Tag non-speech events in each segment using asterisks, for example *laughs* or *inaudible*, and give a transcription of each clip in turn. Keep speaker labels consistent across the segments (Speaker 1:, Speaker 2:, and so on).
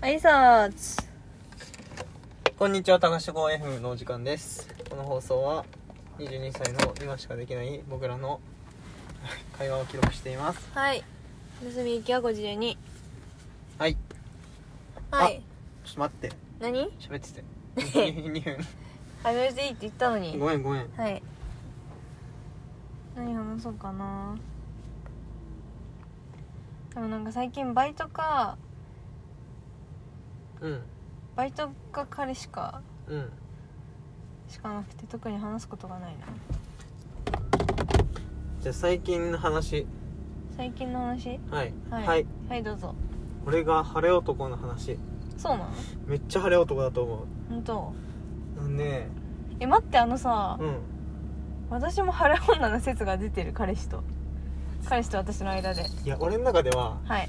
Speaker 1: 挨拶
Speaker 2: こんにちは、高志号 FM のお時間です。この放送は22歳の今しかできない僕らの *laughs* 会話を記録しています。
Speaker 1: はい盗み行きは52
Speaker 2: はい、ち
Speaker 1: はい
Speaker 2: ょっと待って、
Speaker 1: 何
Speaker 2: 喋ってて。2分。 *laughs*
Speaker 1: 始めていいって言ったのに
Speaker 2: ごめんごめん。
Speaker 1: はい何話そうかなでもなんか最近バイトか
Speaker 2: うん、
Speaker 1: バイトか彼氏か
Speaker 2: うん。
Speaker 1: しかなくて特に話すことがないな
Speaker 2: じゃあ最近の話。
Speaker 1: 最近の話
Speaker 2: はい。
Speaker 1: はい
Speaker 2: はい。
Speaker 1: はいどうぞ
Speaker 2: 俺が晴れ男の話。
Speaker 1: そうなの
Speaker 2: めっちゃ晴れ男だと思
Speaker 1: 本当
Speaker 2: う。なんで、
Speaker 1: え待ってあのさ、
Speaker 2: うん。
Speaker 1: 私も腹女の説が出てる彼氏と彼氏と私の間で
Speaker 2: いや、俺の中では、
Speaker 1: はい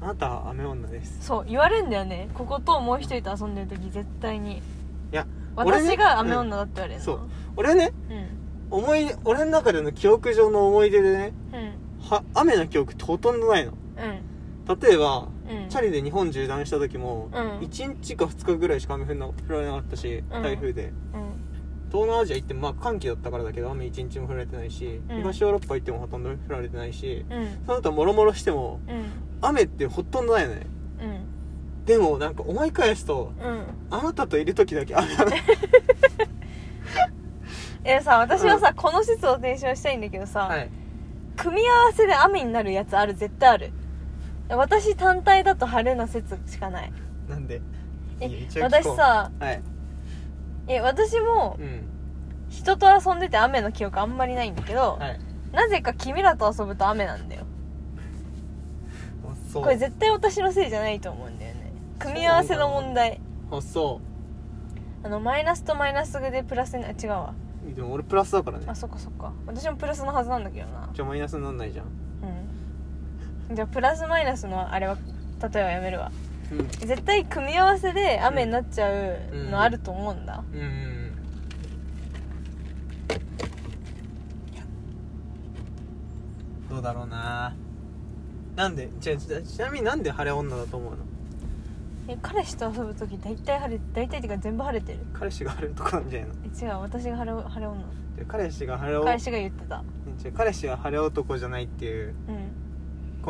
Speaker 2: あなたは雨女です。
Speaker 1: そう言われんだよねここともう一人と遊んでる時絶対にい
Speaker 2: や俺ね
Speaker 1: 私が雨女だって言われるの
Speaker 2: そう俺ね、
Speaker 1: うん
Speaker 2: 思い、俺の中での記憶上の思い出でね、
Speaker 1: うん
Speaker 2: は雨の記憶ってほとんどないの。
Speaker 1: うん
Speaker 2: 例えば、
Speaker 1: うん
Speaker 2: チャリで日本縦断した時も、
Speaker 1: うん
Speaker 2: 1日か2日ぐらいしか雨降んな降られなかったし、
Speaker 1: うん
Speaker 2: 台風で
Speaker 1: うん
Speaker 2: 東南アジア行ってもまあ寒気だったからだけど雨1日も降られてないし、
Speaker 1: うん
Speaker 2: 東ヨーロッパ行ってもほとんど降られてないし
Speaker 1: うん
Speaker 2: その他もろもろしても
Speaker 1: うん
Speaker 2: 雨ってほとんどないよね
Speaker 1: うん
Speaker 2: でもなんか思い返すと
Speaker 1: うん
Speaker 2: あなたといる時だけ雨だ
Speaker 1: えさ私はさ、この説を提唱したいんだけどさ、
Speaker 2: はい
Speaker 1: 組み合わせで雨になるやつある絶対ある私単体だと晴れの説しかない
Speaker 2: なんで
Speaker 1: え
Speaker 2: いや一応聞こ
Speaker 1: 私
Speaker 2: う
Speaker 1: さ
Speaker 2: はい
Speaker 1: え私も
Speaker 2: うん
Speaker 1: 人と遊んでて雨の記憶あんまりないんだけど、
Speaker 2: はい
Speaker 1: なぜか君らと遊ぶと雨なんだよ
Speaker 2: あそう
Speaker 1: これ絶対私のせいじゃないと思うんだよね組み合わせの問題
Speaker 2: あそ
Speaker 1: あのマイナスとマイナスでプラスにあ違うわ
Speaker 2: うでも俺プラスだからね
Speaker 1: あそっかそっか私もプラスのはずなんだけどな
Speaker 2: じゃあマイナスになんないじゃん
Speaker 1: うんじゃあプラスマイナスのあれは例えばやめるわ
Speaker 2: うん
Speaker 1: 絶対組み合わせで雨になっちゃうのあると思うんだ、
Speaker 2: うんうんどうだろうななんでちなちなみになんで晴れ女だと思うの
Speaker 1: え彼氏と遊ぶ時大体晴れ大体っていうか全部晴れてる
Speaker 2: 彼氏が晴れ男なんじゃないの
Speaker 1: え違う私が晴れ晴れ女
Speaker 2: じゃあ彼氏が晴れ男
Speaker 1: 彼氏が言ってた
Speaker 2: じゃあ彼氏が晴れ男じゃないっていう
Speaker 1: うん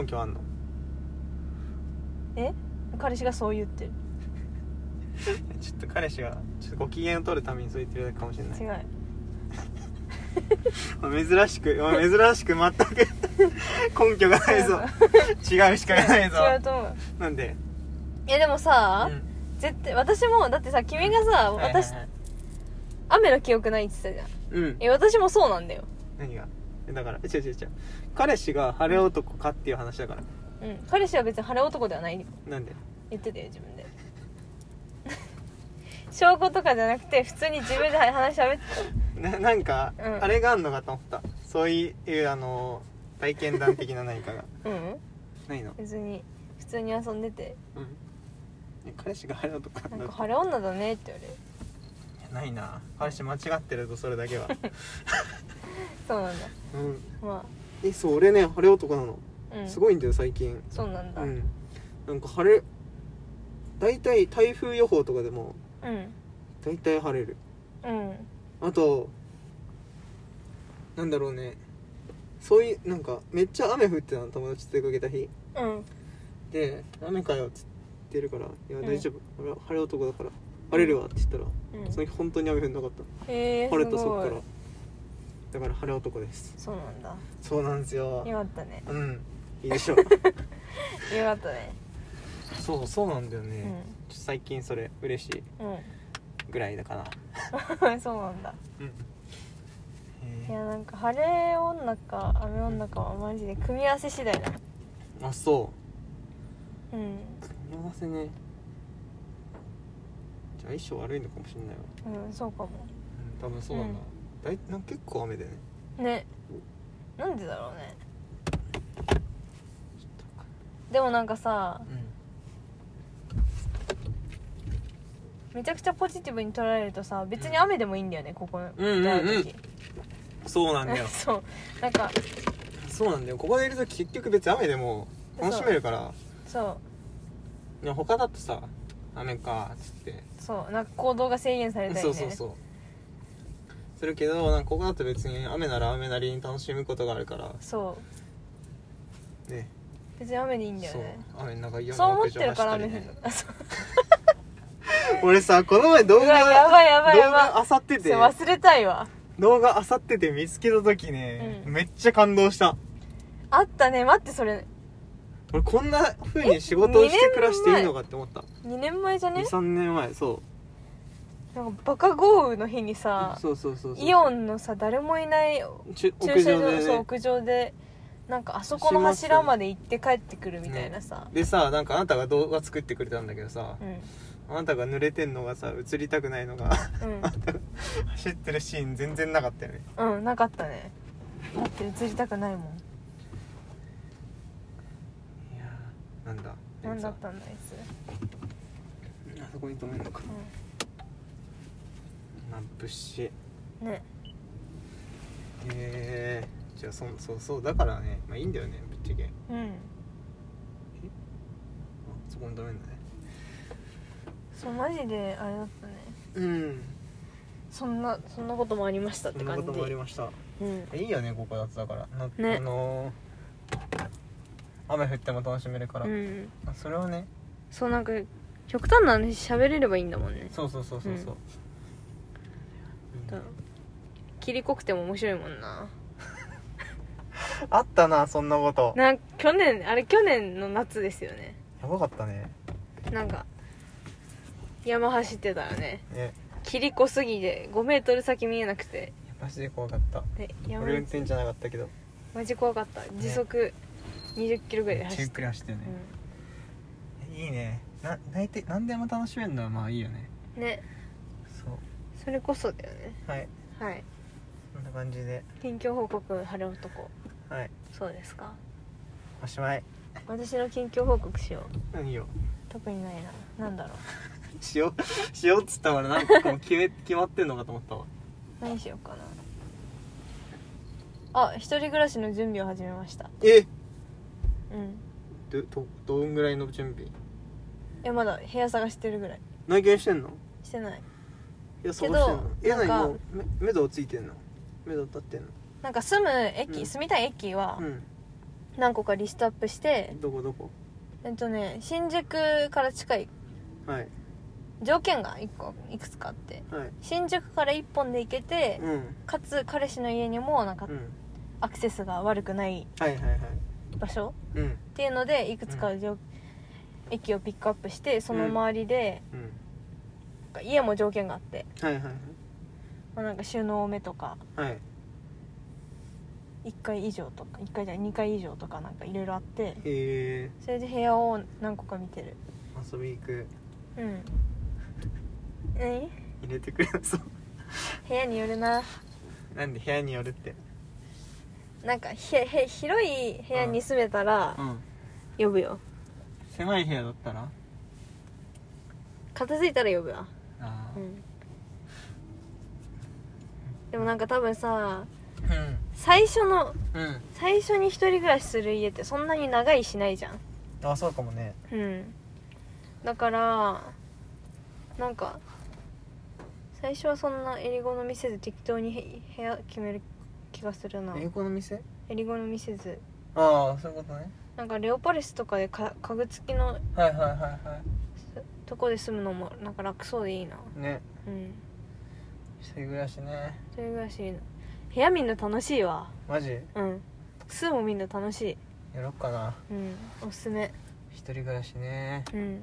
Speaker 2: 根拠あんの *laughs*
Speaker 1: え彼氏がそう言ってる
Speaker 2: ちょっと彼氏がちょっとご機嫌を取るためにそう言ってるだけかもしれない
Speaker 1: 違う
Speaker 2: 珍しく珍しく全く *laughs* 根拠がないぞ違うしかないぞ
Speaker 1: 違うと思う
Speaker 2: なんで
Speaker 1: いやでもさ、
Speaker 2: うん
Speaker 1: 絶対私もだってさ君がさ
Speaker 2: はいはい
Speaker 1: 私
Speaker 2: はい
Speaker 1: 雨の記憶ないって言ってたじゃ
Speaker 2: うん
Speaker 1: んえ私もそうなんだよ
Speaker 2: 何がえだから違う違う違う彼氏が晴れ男かっていう話だから
Speaker 1: うん彼氏は別に晴れ男ではない
Speaker 2: なんで
Speaker 1: 言ってたよ自分で *laughs* 証拠とかじゃなくて普通に自分で話しゃべって
Speaker 2: ななんか、
Speaker 1: うん
Speaker 2: あれがあんのかと思ったそういうあの体験談的な何かが *laughs*
Speaker 1: たうん
Speaker 2: ないの、
Speaker 1: 別に普通に遊んでて
Speaker 2: うん、え彼氏が晴れ男
Speaker 1: な
Speaker 2: な
Speaker 1: んん
Speaker 2: だ
Speaker 1: か晴れ女だねって言われる
Speaker 2: いやないな彼氏間違ってるとそれだけは、 *laughs*
Speaker 1: そうなんだ
Speaker 2: うん、
Speaker 1: ま
Speaker 2: えそう俺ね晴れ男なの、
Speaker 1: あうん
Speaker 2: すごいんだよ最近
Speaker 1: そうなんだ
Speaker 2: う
Speaker 1: うん
Speaker 2: んなんか晴れ大体台風予報とかでも
Speaker 1: うん、
Speaker 2: 大体晴れるあとなんだろうねそういうなんかめっちゃ雨降ってたの友達と出かけた日
Speaker 1: うん
Speaker 2: で「雨かよ」っつってるから「いや
Speaker 1: ん
Speaker 2: 大丈夫、俺は晴れ男だから晴れるわ」って言ったら、
Speaker 1: うん
Speaker 2: その日本当に雨降んなかった
Speaker 1: えー、
Speaker 2: 晴れ
Speaker 1: す
Speaker 2: たそ
Speaker 1: ご
Speaker 2: っ
Speaker 1: い
Speaker 2: からだから晴れ男です
Speaker 1: そうなんだ
Speaker 2: そうなんですよ
Speaker 1: よかったね
Speaker 2: うんいいでし
Speaker 1: *laughs*
Speaker 2: ょう
Speaker 1: よかったね
Speaker 2: そうそうなんだよね
Speaker 1: う、
Speaker 2: ちょっと最近それ嬉しい
Speaker 1: んうん
Speaker 2: ぐらいだかな
Speaker 1: そうなん *laughs* だ
Speaker 2: うん
Speaker 1: い
Speaker 2: へ
Speaker 1: やなんか晴れ女か雨女かはマジで組み合わせ次第だ
Speaker 2: えあそう
Speaker 1: うん、
Speaker 2: 組み合わせねじゃあ相性悪いのかもしれないわ
Speaker 1: うん、そうかも
Speaker 2: うん多分そうなんだ、だいなんか結構雨だよね
Speaker 1: ねなんでだろうねでもなんかさめちゃくちゃポジティブに捉えるとさ別に雨でもいいんだよねここの
Speaker 2: うんうんうん
Speaker 1: 出会う時
Speaker 2: そうなんだよ
Speaker 1: *laughs* そうなんか
Speaker 2: そうなんだよここでいると結局別に雨でも楽しめるから
Speaker 1: そ
Speaker 2: いや他だとさ雨かっつって
Speaker 1: そうなんか行動が制限されたり
Speaker 2: そ
Speaker 1: ね
Speaker 2: うそうそうするけどなんかここだと別に雨なら雨なりに楽しむことがあるから
Speaker 1: そう
Speaker 2: ね
Speaker 1: 別に雨でいいんだよ
Speaker 2: そう
Speaker 1: ね
Speaker 2: 雨の中嫌
Speaker 1: そう
Speaker 2: な
Speaker 1: 思っ
Speaker 2: 屋
Speaker 1: て
Speaker 2: 上
Speaker 1: るから
Speaker 2: 走
Speaker 1: 雨降
Speaker 2: ったり
Speaker 1: る
Speaker 2: ね
Speaker 1: あそう
Speaker 2: 俺さこの前動
Speaker 1: うわ
Speaker 2: 画
Speaker 1: *laughs* やばいやばいやばい
Speaker 2: 動画あさって
Speaker 1: *laughs* そ
Speaker 2: て
Speaker 1: れ忘れたいわ
Speaker 2: 動画あさってて見つけた時ね、
Speaker 1: うん
Speaker 2: めっちゃ感動した
Speaker 1: あったね待ってそれ
Speaker 2: 俺こんな風に仕事をして暮らしていいのかって思った
Speaker 1: 2年前じゃね
Speaker 2: 23年前そ
Speaker 1: なんかバカ豪雨の日に
Speaker 2: う
Speaker 1: さ
Speaker 2: そうそうそうそう
Speaker 1: イオンのさ誰もいない
Speaker 2: 駐
Speaker 1: 駐
Speaker 2: 屋
Speaker 1: 車
Speaker 2: 上
Speaker 1: 場
Speaker 2: で
Speaker 1: そう
Speaker 2: ね
Speaker 1: 屋上でなんかあそこの柱まで行って帰ってくるみたいなさ、
Speaker 2: でさなんかあなたが動画作ってくれたんだけどさ、あなたが濡れてんのがさ映りたくないのが *laughs*
Speaker 1: う
Speaker 2: 走ってるシーン全然なかったよね
Speaker 1: んうん、うん、なかったねだって映りたくないもん
Speaker 2: いやーなんだ
Speaker 1: 何だったんだあいつ、
Speaker 2: あそこに止めるのかなぶっし
Speaker 1: うん、ね
Speaker 2: えー、じゃあそうそうそうだからねまあいいんだよねぶっちゃけあ
Speaker 1: うん
Speaker 2: そこに止めるんだね
Speaker 1: そうマジであれだったね
Speaker 2: うん
Speaker 1: そんなそんなこともありましたっ
Speaker 2: そ
Speaker 1: て
Speaker 2: んな
Speaker 1: 感
Speaker 2: こ
Speaker 1: じ
Speaker 2: ともありました
Speaker 1: うん
Speaker 2: いいよねここだとだからな
Speaker 1: ね
Speaker 2: あのー雨降っても楽しめるから、
Speaker 1: うん、
Speaker 2: あそれはね
Speaker 1: そうなんか極端な話喋れればいいんだもんね
Speaker 2: そうそうそうそうそう、
Speaker 1: だ
Speaker 2: うん
Speaker 1: 切り濃くても面白いもんな
Speaker 2: あったなそんなこと
Speaker 1: なん去年あれ去年の夏ですよね
Speaker 2: やばかったね
Speaker 1: なんか山走ってたよね
Speaker 2: ね
Speaker 1: 切り濃すぎで5メートル先見えなくて
Speaker 2: いやマジで怖かった
Speaker 1: で山道
Speaker 2: 俺運転じゃなかったけど
Speaker 1: マジ怖かった時速20キロぐらいで走
Speaker 2: め
Speaker 1: っ
Speaker 2: っちゃゆっくり走ってるね
Speaker 1: て、、
Speaker 2: いいねな大体何でも楽しめるのはまあいいよね
Speaker 1: うん、ね
Speaker 2: そう
Speaker 1: それこそだよね
Speaker 2: はい
Speaker 1: はい
Speaker 2: こんな感じで
Speaker 1: 近況報告晴れ男
Speaker 2: はい
Speaker 1: そうですか
Speaker 2: おしまい
Speaker 1: 私の近況報告しよう
Speaker 2: 何よ
Speaker 1: 特にないななんだろう
Speaker 2: しようしようっつったからなんかもう決め決まってんのかと思ったわ
Speaker 1: 何しようかなあ一人暮らしの準備を始めました
Speaker 2: え
Speaker 1: うん
Speaker 2: どどどんぐらいの準備
Speaker 1: えまだ部屋探してるぐらい
Speaker 2: 内見してんの
Speaker 1: してない
Speaker 2: い
Speaker 1: け
Speaker 2: や探
Speaker 1: ど
Speaker 2: してんのえ
Speaker 1: なん
Speaker 2: 何
Speaker 1: か
Speaker 2: もう目目処ついてんの目処立ってんの
Speaker 1: なんか住む駅、
Speaker 2: うん
Speaker 1: 住みたい駅は
Speaker 2: う
Speaker 1: 何個かリストアップして
Speaker 2: んどこどこ
Speaker 1: えっとね新宿から近い
Speaker 2: はい
Speaker 1: 条件が1個いくつかあって
Speaker 2: はい
Speaker 1: 新宿から1本で行けて
Speaker 2: うん
Speaker 1: かつ彼氏の家にもなんか
Speaker 2: うん
Speaker 1: アクセスが悪くない
Speaker 2: はいはいはい
Speaker 1: 場所
Speaker 2: うん
Speaker 1: っていうのでいくつか条、駅をピックアップしてその周りで、
Speaker 2: うん
Speaker 1: なんか家も条件があって、
Speaker 2: はいはい
Speaker 1: まあ、なんか収納多めとか
Speaker 2: はいはい
Speaker 1: 1階以上とか1階じゃない2階以上とかなんかいろいろあって
Speaker 2: え
Speaker 1: それで部屋を何個か見てる
Speaker 2: ー、遊び行く
Speaker 1: うん
Speaker 2: *laughs*
Speaker 1: 何
Speaker 2: 入れてくれそう *laughs*
Speaker 1: 部屋によるな
Speaker 2: なんで部屋によるって
Speaker 1: なんかひへ広い部屋に住めたら
Speaker 2: うん
Speaker 1: 呼ぶよ
Speaker 2: 狭い部屋だったら
Speaker 1: 片付いたら呼ぶわ
Speaker 2: あ
Speaker 1: うんでもなんか多分さ
Speaker 2: ー
Speaker 1: 最初の
Speaker 2: うんうん
Speaker 1: 最初に一人暮らしする家ってそんなに長いしないじゃん
Speaker 2: あそうかもね
Speaker 1: うんだからなんか最初はそんな襟好みせず適当にへ部屋決める気がするな
Speaker 2: 英語の店
Speaker 1: 襟好みせず
Speaker 2: ああそういうことね
Speaker 1: なんかレオパレスとかでか家具付きの
Speaker 2: はいはいはいは
Speaker 1: とこで住むのもなんか楽そうでいいな
Speaker 2: ね
Speaker 1: うん
Speaker 2: 一人暮らしね
Speaker 1: 一人暮らしいいな部屋みんな楽しいわ
Speaker 2: マジ
Speaker 1: うん数もみんな楽しい
Speaker 2: やろっかな
Speaker 1: うんおすすめ
Speaker 2: 一人暮らしね
Speaker 1: うん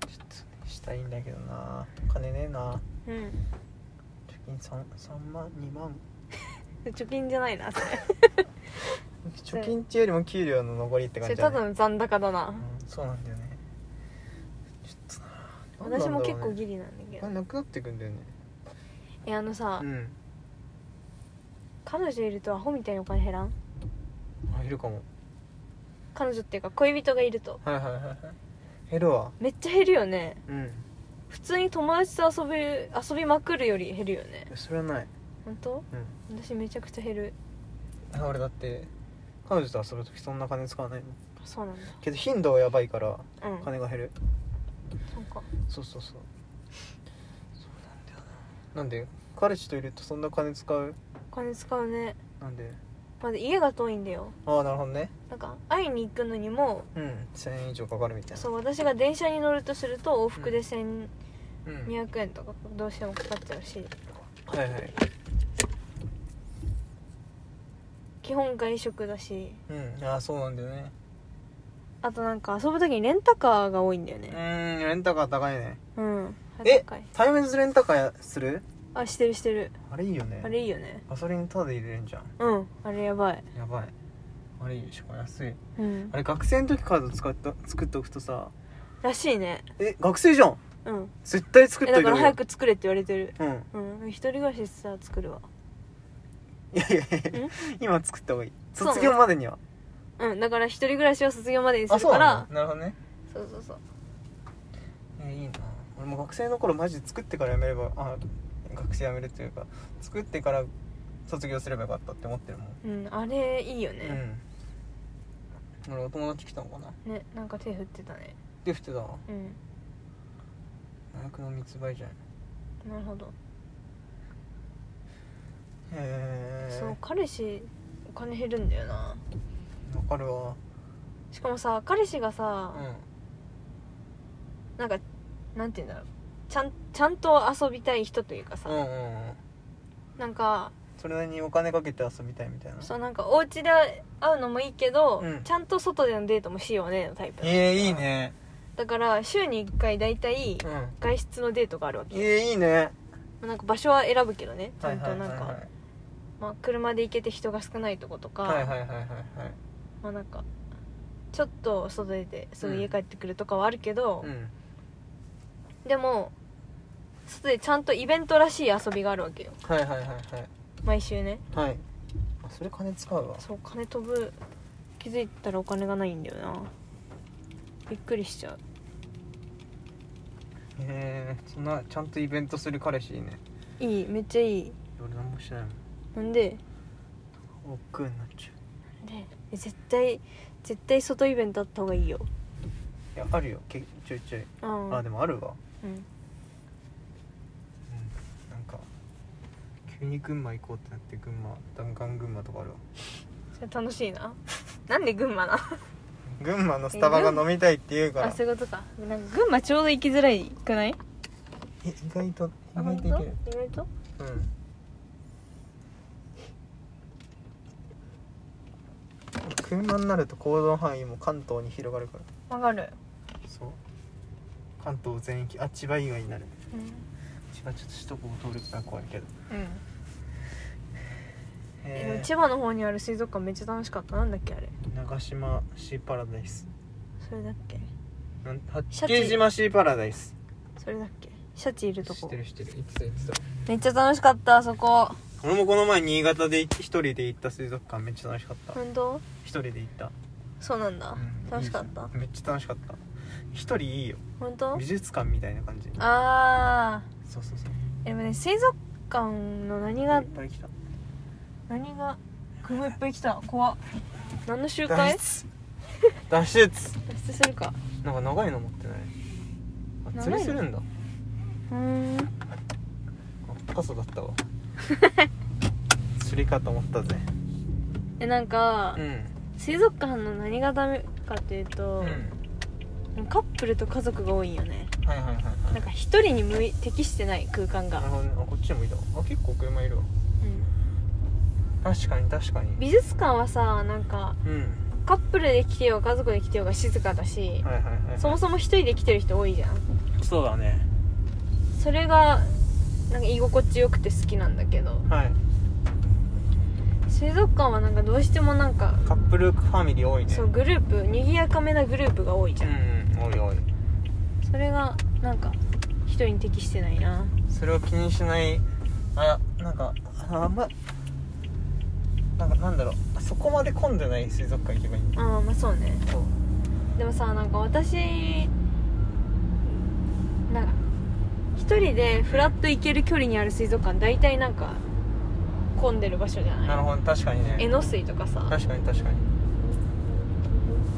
Speaker 2: ちょっとしたいんだけどな金ねえな
Speaker 1: うん
Speaker 2: 貯金 3, 3万2万
Speaker 1: 貯金じゃ
Speaker 2: *laughs*
Speaker 1: ないなそれ
Speaker 2: 貯金っていうよりも給料の残りって
Speaker 1: そ
Speaker 2: 感
Speaker 1: れ
Speaker 2: じだ
Speaker 1: た
Speaker 2: ね
Speaker 1: だの残高だな
Speaker 2: うんそうなんだよねちょっとな
Speaker 1: 私も結構
Speaker 2: ギ
Speaker 1: ギリなんだけど
Speaker 2: リなくなってくんだよね
Speaker 1: えあのさ、
Speaker 2: うん
Speaker 1: 彼女いるとアホみたいにお金減らん
Speaker 2: あ減るかも
Speaker 1: 彼女っていうか恋人がいると
Speaker 2: はいはいはいはい減るわ
Speaker 1: めっちゃ減るよね
Speaker 2: うん
Speaker 1: 普通に友達と遊べ遊びまくるより減るよね
Speaker 2: それはない
Speaker 1: 本当
Speaker 2: うん
Speaker 1: 私めちゃくちゃ減る
Speaker 2: あ俺だって彼女と遊ぶ時そんな金使わないもん
Speaker 1: そうなんだ
Speaker 2: けど頻度はやばいから
Speaker 1: うん
Speaker 2: 金が減る、
Speaker 1: そうか
Speaker 2: そうそうそうなんで彼氏といるとそんな金使う
Speaker 1: お金使うね
Speaker 2: なんで
Speaker 1: まず家が遠いんだよ
Speaker 2: ああなるほどね
Speaker 1: なんか会いに行くのにも
Speaker 2: うん1000円以上かかるみたいな
Speaker 1: そう私が電車に乗るとすると往復で1200
Speaker 2: うん、
Speaker 1: 円とかどうしてもかかっちゃうし
Speaker 2: はいはい
Speaker 1: 基本外食だし
Speaker 2: うんああそうなんだよね
Speaker 1: あとなんか遊ぶ時にレンタカーが多いんだよ
Speaker 2: う
Speaker 1: ね
Speaker 2: ーんレンタカー高いね
Speaker 1: うん
Speaker 2: え
Speaker 1: 高い
Speaker 2: タイムズレンタカーする
Speaker 1: あしてるしてる
Speaker 2: あれいいよね
Speaker 1: あれいいよね
Speaker 2: ガソリンタダで入れるんじゃん
Speaker 1: うんあれやばい
Speaker 2: やばいあれいいでしょ安い
Speaker 1: うん
Speaker 2: あれ学生の時カード使った作っておくとさ
Speaker 1: らしいね
Speaker 2: え学生じゃん
Speaker 1: うん
Speaker 2: 絶対作っ
Speaker 1: え
Speaker 2: と
Speaker 1: だ
Speaker 2: いた
Speaker 1: か
Speaker 2: 方
Speaker 1: ら
Speaker 2: がいい
Speaker 1: 早く作れって言われてる
Speaker 2: うん
Speaker 1: うん一人暮らしさ作るわ
Speaker 2: いやいやいや
Speaker 1: ん
Speaker 2: 今作った方がいい
Speaker 1: そうなの
Speaker 2: 卒業までには
Speaker 1: うんだから一人暮らしを卒業までにす
Speaker 2: あ
Speaker 1: る
Speaker 2: そう
Speaker 1: から
Speaker 2: なのなるほどね
Speaker 1: そうそうそう
Speaker 2: えいいな俺も学生の頃マジで作ってからやめればあ学生やめるというか作ってから卒業すればよかったって思ってるもん
Speaker 1: うんあれいいよね、
Speaker 2: うん俺お友達来たのかな
Speaker 1: ねなんか手振ってたね
Speaker 2: で普通だわ
Speaker 1: うん
Speaker 2: 麻薬の密売じゃんへ
Speaker 1: なるほど、
Speaker 2: え
Speaker 1: そう彼氏お金減るんだよな
Speaker 2: わかるわ
Speaker 1: しかもさ彼氏が
Speaker 2: う
Speaker 1: さ、
Speaker 2: ん
Speaker 1: なんかなんて言うんだろうちゃんちゃんと遊びたい人というかさ、
Speaker 2: うんうんうん
Speaker 1: なんか
Speaker 2: それなりにお金かけて遊びたいみたいな
Speaker 1: そうなんかお家で会うのもいいけど、
Speaker 2: うん
Speaker 1: ちゃんと外でのデートもしようねのタイプ
Speaker 2: ええいいね
Speaker 1: だから週に1回大体
Speaker 2: うん
Speaker 1: 外出のデートがあるわけ、
Speaker 2: ええいいね
Speaker 1: なんか場所は選ぶけどねちゃんとなんか、
Speaker 2: はい
Speaker 1: まあ、車で行けて人が少ないとことか、
Speaker 2: はいはいはいはいはいはい
Speaker 1: まあなんかちょっと外出てすぐ家帰ってくるとかはあるけど、
Speaker 2: うん
Speaker 1: でも外でちゃんとイベントらしい遊びがあるわけよ
Speaker 2: はいはいはいはい
Speaker 1: 毎週ね
Speaker 2: はいあそれ金使うわ
Speaker 1: そう金飛ぶ気づいたらお金がないんだよなびっくりしちゃう
Speaker 2: へえそんなちゃんとイベントする彼氏いいね
Speaker 1: いいめっちゃいい
Speaker 2: 俺何もしないも
Speaker 1: なんで
Speaker 2: ん億劫になっちゃう
Speaker 1: でえ絶対絶対外イベントあった方がいいよ
Speaker 2: いやあるよけちょいちょい、
Speaker 1: うん
Speaker 2: あでもあるわ
Speaker 1: うん
Speaker 2: うんなんか急に群馬行こうってなって群馬弾丸群馬とかあるわ
Speaker 1: それ楽しいな *laughs* なんで群馬な
Speaker 2: 群馬のスタバが飲みたいって言うから
Speaker 1: あそういうことかなんか群馬ちょうど行きづらいくない
Speaker 2: え意外と意
Speaker 1: あ
Speaker 2: 外
Speaker 1: 本
Speaker 2: と
Speaker 1: 当
Speaker 2: いける
Speaker 1: 意外と
Speaker 2: うん車になると行動範囲も関東に広がるから
Speaker 1: わかる
Speaker 2: そう関東全域あ千葉以外になる
Speaker 1: うん、
Speaker 2: 千葉ちょっと首都高を通るから怖いけど
Speaker 1: うん
Speaker 2: へー
Speaker 1: 千葉の方にある水族館めっちゃ楽しかったなんだっけあれ
Speaker 2: 長島シーパラダイス
Speaker 1: それだっけ
Speaker 2: なん八
Speaker 1: シャチ
Speaker 2: 景島シーパラダイス
Speaker 1: それだっけシャチいる
Speaker 2: 知
Speaker 1: と
Speaker 2: っ
Speaker 1: こ
Speaker 2: てる知ってる言ってた言ってた
Speaker 1: めっちゃ楽しかったあそこ
Speaker 2: 俺もこの前新潟で一人で行った水族館めっちゃ楽しかった
Speaker 1: 本当
Speaker 2: 一人で行った、
Speaker 1: そうなんだ、
Speaker 2: うん
Speaker 1: 楽しかった
Speaker 2: いいですめっちゃ楽しかった一人いいよ
Speaker 1: 本当
Speaker 2: 美術館みたいな感じ
Speaker 1: あ
Speaker 2: そうそうそう
Speaker 1: ーでもね水族館の何が
Speaker 2: いっぱい来た
Speaker 1: 何が車いっぱい来た怖っ何の集
Speaker 2: *laughs*
Speaker 1: 会
Speaker 2: 脱出脱出
Speaker 1: 脱出するか
Speaker 2: なんか長いの持ってないあ釣
Speaker 1: 長
Speaker 2: り
Speaker 1: い
Speaker 2: す
Speaker 1: の
Speaker 2: るんだ
Speaker 1: うーん
Speaker 2: あパソだったわ
Speaker 1: *laughs*
Speaker 2: 釣りかと思ったぜ
Speaker 1: えなんか、
Speaker 2: うん
Speaker 1: 水族館の何がダメかっていう
Speaker 2: う
Speaker 1: と
Speaker 2: ん、
Speaker 1: カップルと家族が多いんよね
Speaker 2: はいはいはいは
Speaker 1: なんか一人に向い適してない空間
Speaker 2: いなる
Speaker 1: が、
Speaker 2: ほどねあこっちにもいたわあ結構車いるわ
Speaker 1: うん
Speaker 2: 確かに確かに
Speaker 1: 美術館はさなんか
Speaker 2: うん
Speaker 1: カップルで来てようが家族で来てようが静かだし、
Speaker 2: はいはいはい
Speaker 1: そもそも一人で来てる人多いじゃん
Speaker 2: そうだね
Speaker 1: それがなんか居心地よくて好きなんだけど
Speaker 2: はい
Speaker 1: 水族館はなんかどうしてもなんか
Speaker 2: カップルファミリー多いね
Speaker 1: そうグループ賑やかめなグループが多いじ
Speaker 2: う
Speaker 1: ゃん、
Speaker 2: んうん多い多い
Speaker 1: それがなんか一人に適してないな
Speaker 2: それを気にしないあなんかあんまなんかなんだろうそこまで混んでない水族館行けばいいんだ
Speaker 1: ああまあそうね
Speaker 2: そう
Speaker 1: でもさなんか私なんか一人でフラッと行ける距離にある水族館大体なんか混んでる場所じゃない
Speaker 2: なるほど確かに
Speaker 1: 江
Speaker 2: ね
Speaker 1: ノ水とかさ
Speaker 2: 確かに確かに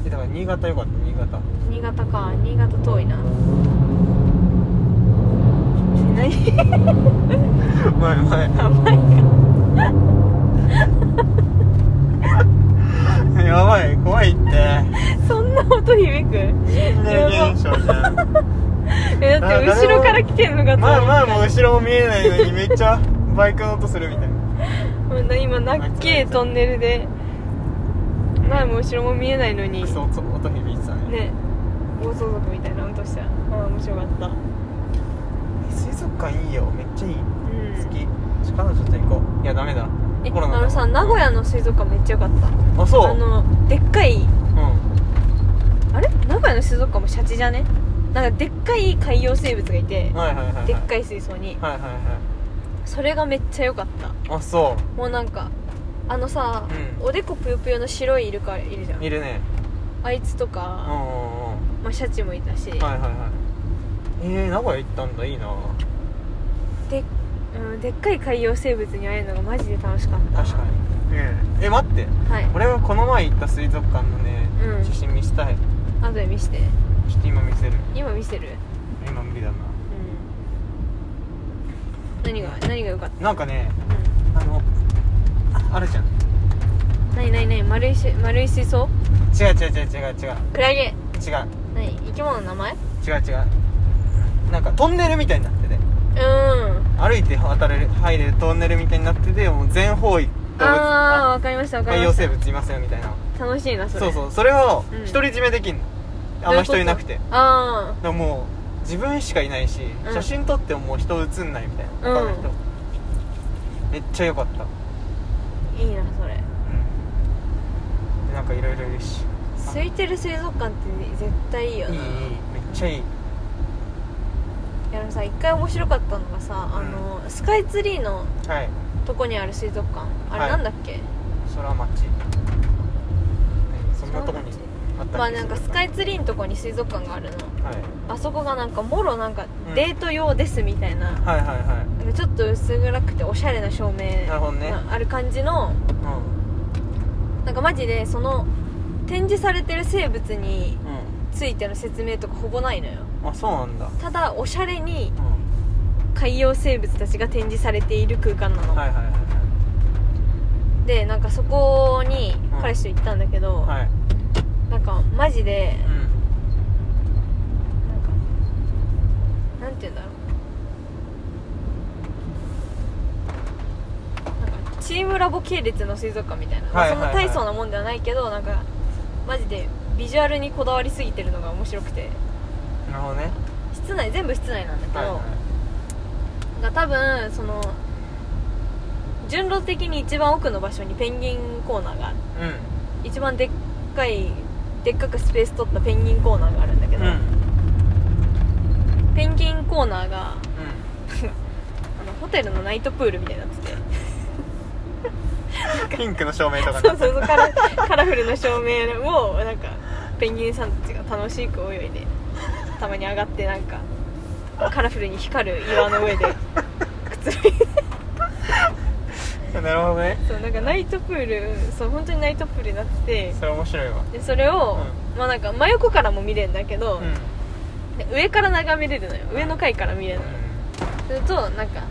Speaker 2: えだから新潟よかった新潟 *laughs*
Speaker 1: 新潟か新潟遠いな何
Speaker 2: うまいうまい
Speaker 1: やばい
Speaker 2: やばい怖いって
Speaker 1: そんな音響く
Speaker 2: 人間現象じゃん
Speaker 1: えだって後ろから来てんのかと思
Speaker 2: 前
Speaker 1: った
Speaker 2: 前も後ろも見えないのにめっち
Speaker 1: *laughs*
Speaker 2: ゃバイクの音するみたいな
Speaker 1: うん今なっけえトンネルで前も後ろも見えないのに
Speaker 2: クソ音音響いてたね
Speaker 1: ね暴走族みたいな音したああ面白かったうん
Speaker 2: 水族館いいよめっちゃいい好き彼女と行こういやダメだ
Speaker 1: え
Speaker 2: コロナだ
Speaker 1: あのさ名古屋の水族館めっちゃ良かった
Speaker 2: あそう
Speaker 1: あのでっかい
Speaker 2: うん
Speaker 1: あれ名古屋の水族館もシャチじゃねなんかでっかい海洋生物がいて
Speaker 2: はいはいはいはい
Speaker 1: でっかい水槽に
Speaker 2: はいはいは
Speaker 1: それがめっちゃ良かった
Speaker 2: いあそ
Speaker 1: もうなんかあのさ、
Speaker 2: うん
Speaker 1: おでこぷよぷよの白いイルカいるじゃ
Speaker 2: うんいるね
Speaker 1: あいつと
Speaker 2: うん
Speaker 1: か、
Speaker 2: うんうん
Speaker 1: まあ、シャチもいたし、
Speaker 2: はいはいはいえー、名古屋行ったんだいいな
Speaker 1: でうん、でっかい海洋生物に会えるのがマジで楽しかった
Speaker 2: 確かにええ待って
Speaker 1: はい
Speaker 2: 俺はこの前行った水族館のね、
Speaker 1: うん
Speaker 2: 写真見せたい
Speaker 1: 後で見して
Speaker 2: ちょっと今見せる
Speaker 1: 今見せる
Speaker 2: 今無理だな
Speaker 1: うん何が何が良かっ
Speaker 2: なんかね
Speaker 1: た、う
Speaker 2: あのああるじゃん
Speaker 1: ん、何何何丸いし丸い水槽
Speaker 2: 違う違う違う違う違う
Speaker 1: クラゲ
Speaker 2: 違う
Speaker 1: 何生き物の名前
Speaker 2: 違う違うなんかトンネルみたいになってて
Speaker 1: うん
Speaker 2: 歩いて渡れる入れるトンネルみたいになっててもう全方位動
Speaker 1: あ
Speaker 2: 物
Speaker 1: あ
Speaker 2: あ
Speaker 1: わかりましたわかり
Speaker 2: 海
Speaker 1: ま
Speaker 2: 洋
Speaker 1: した
Speaker 2: 生物いますよみたいな
Speaker 1: 楽しいなそれ
Speaker 2: そうそうそれを
Speaker 1: うん
Speaker 2: 独り占めできんの、
Speaker 1: ど
Speaker 2: あ
Speaker 1: うんいう
Speaker 2: ま
Speaker 1: こと
Speaker 2: 人いなくてだか
Speaker 1: あ
Speaker 2: らもう自分しかいないし、
Speaker 1: うん
Speaker 2: 写真撮ってももう人写んないみたいな他の人、
Speaker 1: うん
Speaker 2: めっちゃ良かった、
Speaker 1: あいいなそれ
Speaker 2: でなんかいろいろいるし
Speaker 1: 空いてる水族館って絶対いいよ
Speaker 2: いいいい
Speaker 1: ない
Speaker 2: めっちゃいい
Speaker 1: やでもさ一回面白かったのがさあの、スカイツリーの
Speaker 2: はい
Speaker 1: とこにある水族館あ
Speaker 2: はい
Speaker 1: れなんだっけ、
Speaker 2: 空町そんなとこにあったっけ
Speaker 1: まあなんかスカイツリーのとこに水族館があるのあそこがなんかもろなんか
Speaker 2: うん
Speaker 1: デート用ですみたいな,、
Speaker 2: はい、はいはいは
Speaker 1: な
Speaker 2: い
Speaker 1: んかちょっと薄暗くておしゃれな照明
Speaker 2: なるほどね
Speaker 1: がある感じのなんかマジでその展示されてる生物に
Speaker 2: うん
Speaker 1: ついての説明とかほぼないのよ
Speaker 2: うんあそうなんだ
Speaker 1: ただおしゃれに
Speaker 2: う
Speaker 1: 海洋生物たちが展示されている空間なの、
Speaker 2: んはいはいはい
Speaker 1: でなんかそこに
Speaker 2: うん
Speaker 1: 彼氏と行ったんだけど、
Speaker 2: はいはい
Speaker 1: なんかマジで
Speaker 2: うん
Speaker 1: なんかなんて言うんだろうなんかチームラボ系列の水族館みたいな、まあ
Speaker 2: はいはいはい
Speaker 1: そんな大層なもんではないけどなんかマジでビジュアルにこだわりすぎてるのが面白くて
Speaker 2: なるほどね
Speaker 1: 室内全部室内なんだけど、
Speaker 2: はいはい
Speaker 1: が多分その順路的に一番奥の場所にペンギンコーナーがある
Speaker 2: う
Speaker 1: 一番でっかいでっかくスペース取ったペンギンコーナーがあるんだけ
Speaker 2: ん
Speaker 1: ど、
Speaker 2: うん
Speaker 1: ペンギンコーナーが
Speaker 2: う
Speaker 1: あのホテルのナイトプールみたいになってて
Speaker 2: んピンクの照明とか
Speaker 1: そう
Speaker 2: ね
Speaker 1: そうそうカラ *laughs* カラフルな照明をなんかペンギンさんたちが楽しく泳いでたまに上がってなんかカラフルに光る岩の上でくつろいで
Speaker 2: なるほどね
Speaker 1: そうなんかナイトプールそう本当にナイトプールになってて
Speaker 2: それ面白いわ
Speaker 1: でそれを、まあなんか真横からも見れるんだけ
Speaker 2: う
Speaker 1: ど
Speaker 2: ん、うん
Speaker 1: で上から眺めれるのよ上の階から見れるのよするとなんか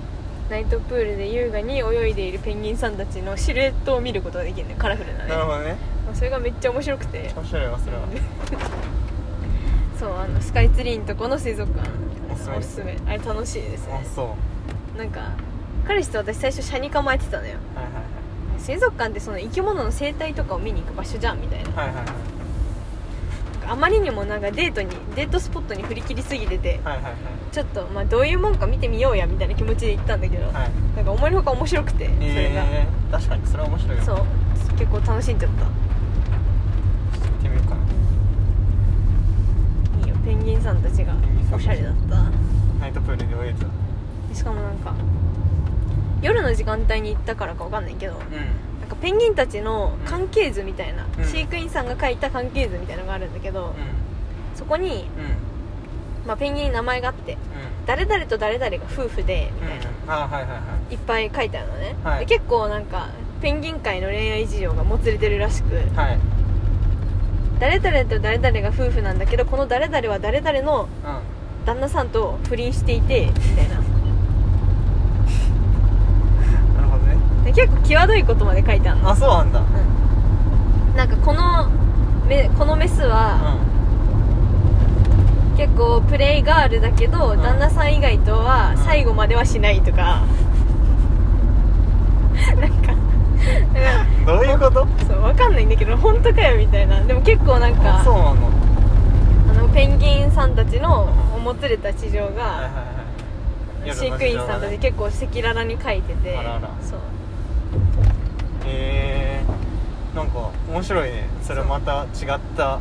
Speaker 1: ナイトプールで優雅に泳いでいるペンギンさんたちのシルエットを見ることができるのよカラフルなね
Speaker 2: なるほどね
Speaker 1: まあそれがめっちゃ面白くて
Speaker 2: 面白いわそれは
Speaker 1: そうあのスカイツリーのとこの水族館
Speaker 2: おすすめ
Speaker 1: おすすめあれ楽しいです
Speaker 2: あ
Speaker 1: ね
Speaker 2: そう
Speaker 1: なんか彼氏と私最初車に構えてたのよ
Speaker 2: はいはい
Speaker 1: 水族館ってその生き物の生態とかを見に行く場所じゃんみたいな
Speaker 2: はいはいはい
Speaker 1: あまりにもなんかデートにデートスポットに振り切りすぎてて
Speaker 2: はいはいはい
Speaker 1: ちょっとまあどういうもんか見てみようやみたいな気持ちで行ったんだけど、
Speaker 2: はいはい
Speaker 1: なんか思いのほか面白くてそれが、
Speaker 2: えー確かにそれは面白いわ
Speaker 1: そう結構楽しんじゃっ
Speaker 2: 行ってみようか
Speaker 1: たい
Speaker 2: な
Speaker 1: いよペンギンさんたちが
Speaker 2: ペンギンさん
Speaker 1: お
Speaker 2: たち
Speaker 1: しゃれだった
Speaker 2: ナイトプールで泳いでた
Speaker 1: でしかもなんか夜の時間帯に行ったからかわかんないけど
Speaker 2: う
Speaker 1: なんかペンギンたちの関係図みたいな、
Speaker 2: うん
Speaker 1: 飼育員さんが書いた関係図みたいなのがあるんだけど、
Speaker 2: ん
Speaker 1: そこに、
Speaker 2: うんうん
Speaker 1: まあ、ペンギンに名前があって
Speaker 2: う
Speaker 1: 誰々と誰々が夫婦でみ
Speaker 2: んう
Speaker 1: たいな、
Speaker 2: んあはいはいはい
Speaker 1: いっぱい書いてあるのね、
Speaker 2: はい
Speaker 1: で結構なんかペンギン界の恋愛事情がもつれてるらしく
Speaker 2: はい
Speaker 1: 誰々と誰々が夫婦なんだけどこの誰々は誰々の
Speaker 2: うん
Speaker 1: 旦那さんと不倫していてみたいな
Speaker 2: なるほどね
Speaker 1: で結構際どいことまで書いてあるの、
Speaker 2: あそうなんだ
Speaker 1: うん、なんかこのめこのメスは
Speaker 2: う
Speaker 1: 結構プレイガールだけど、
Speaker 2: うん
Speaker 1: 旦那さん以外とは
Speaker 2: うん
Speaker 1: 最後まではしないとか、 *laughs* なんかうん
Speaker 2: んどういうこと
Speaker 1: そうわかんないんだけど本当かよみたいなでも結構なん
Speaker 2: あ
Speaker 1: か
Speaker 2: そうなの
Speaker 1: あのペンギンさんたちのおもつれた事情
Speaker 2: はいはい
Speaker 1: が
Speaker 2: はい
Speaker 1: 飼育員さんたち
Speaker 2: へ
Speaker 1: 結構赤裸々に書いてて
Speaker 2: あらあら
Speaker 1: そう
Speaker 2: えー、なんか面白いねそれまた違った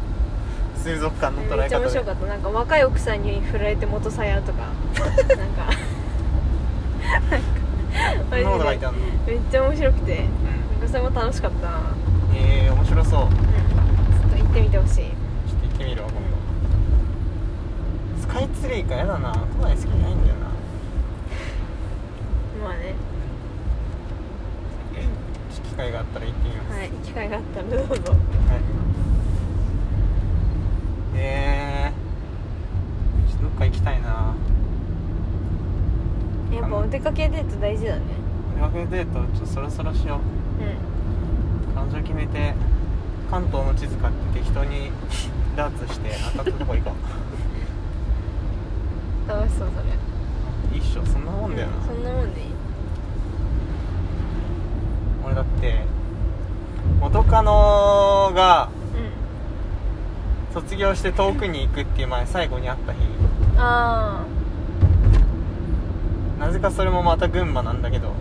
Speaker 2: 水族館の捉
Speaker 1: め
Speaker 2: え方で
Speaker 1: っちゃ面白かったなんか若い奥さんに振られて元さやとかなんかなん
Speaker 2: そんなこと
Speaker 1: かマ
Speaker 2: 書い
Speaker 1: ジ
Speaker 2: てあるの
Speaker 1: でめっちゃ面白くて
Speaker 2: う
Speaker 1: なんかそれも楽しかったな、うん
Speaker 2: んえー、面白そう
Speaker 1: ちょっと行ってみてほしい
Speaker 2: ちょっと行ってみるわ今度スカイツリーかやだな都内好きじゃないんだよな
Speaker 1: まあね
Speaker 2: ちょっと機会があったら行ってみます
Speaker 1: はい機会があったらどうぞ
Speaker 2: はいえー、ちょっとどっか行きたいな
Speaker 1: やっぱお出かけデート大事だね
Speaker 2: カフェデートちょっとそろそろしよう彼女決めて関東の地図買って適当に *laughs* ダーツして当たったとこ行こ
Speaker 1: うん楽しそうそれ
Speaker 2: ういいっしょそんなもんだよな、
Speaker 1: そんなもんでいい
Speaker 2: 俺だって元カノが
Speaker 1: う
Speaker 2: 卒業して遠くに行くっていう前最後に会った日
Speaker 1: んあ
Speaker 2: なぜかそれもまた群馬なんだけど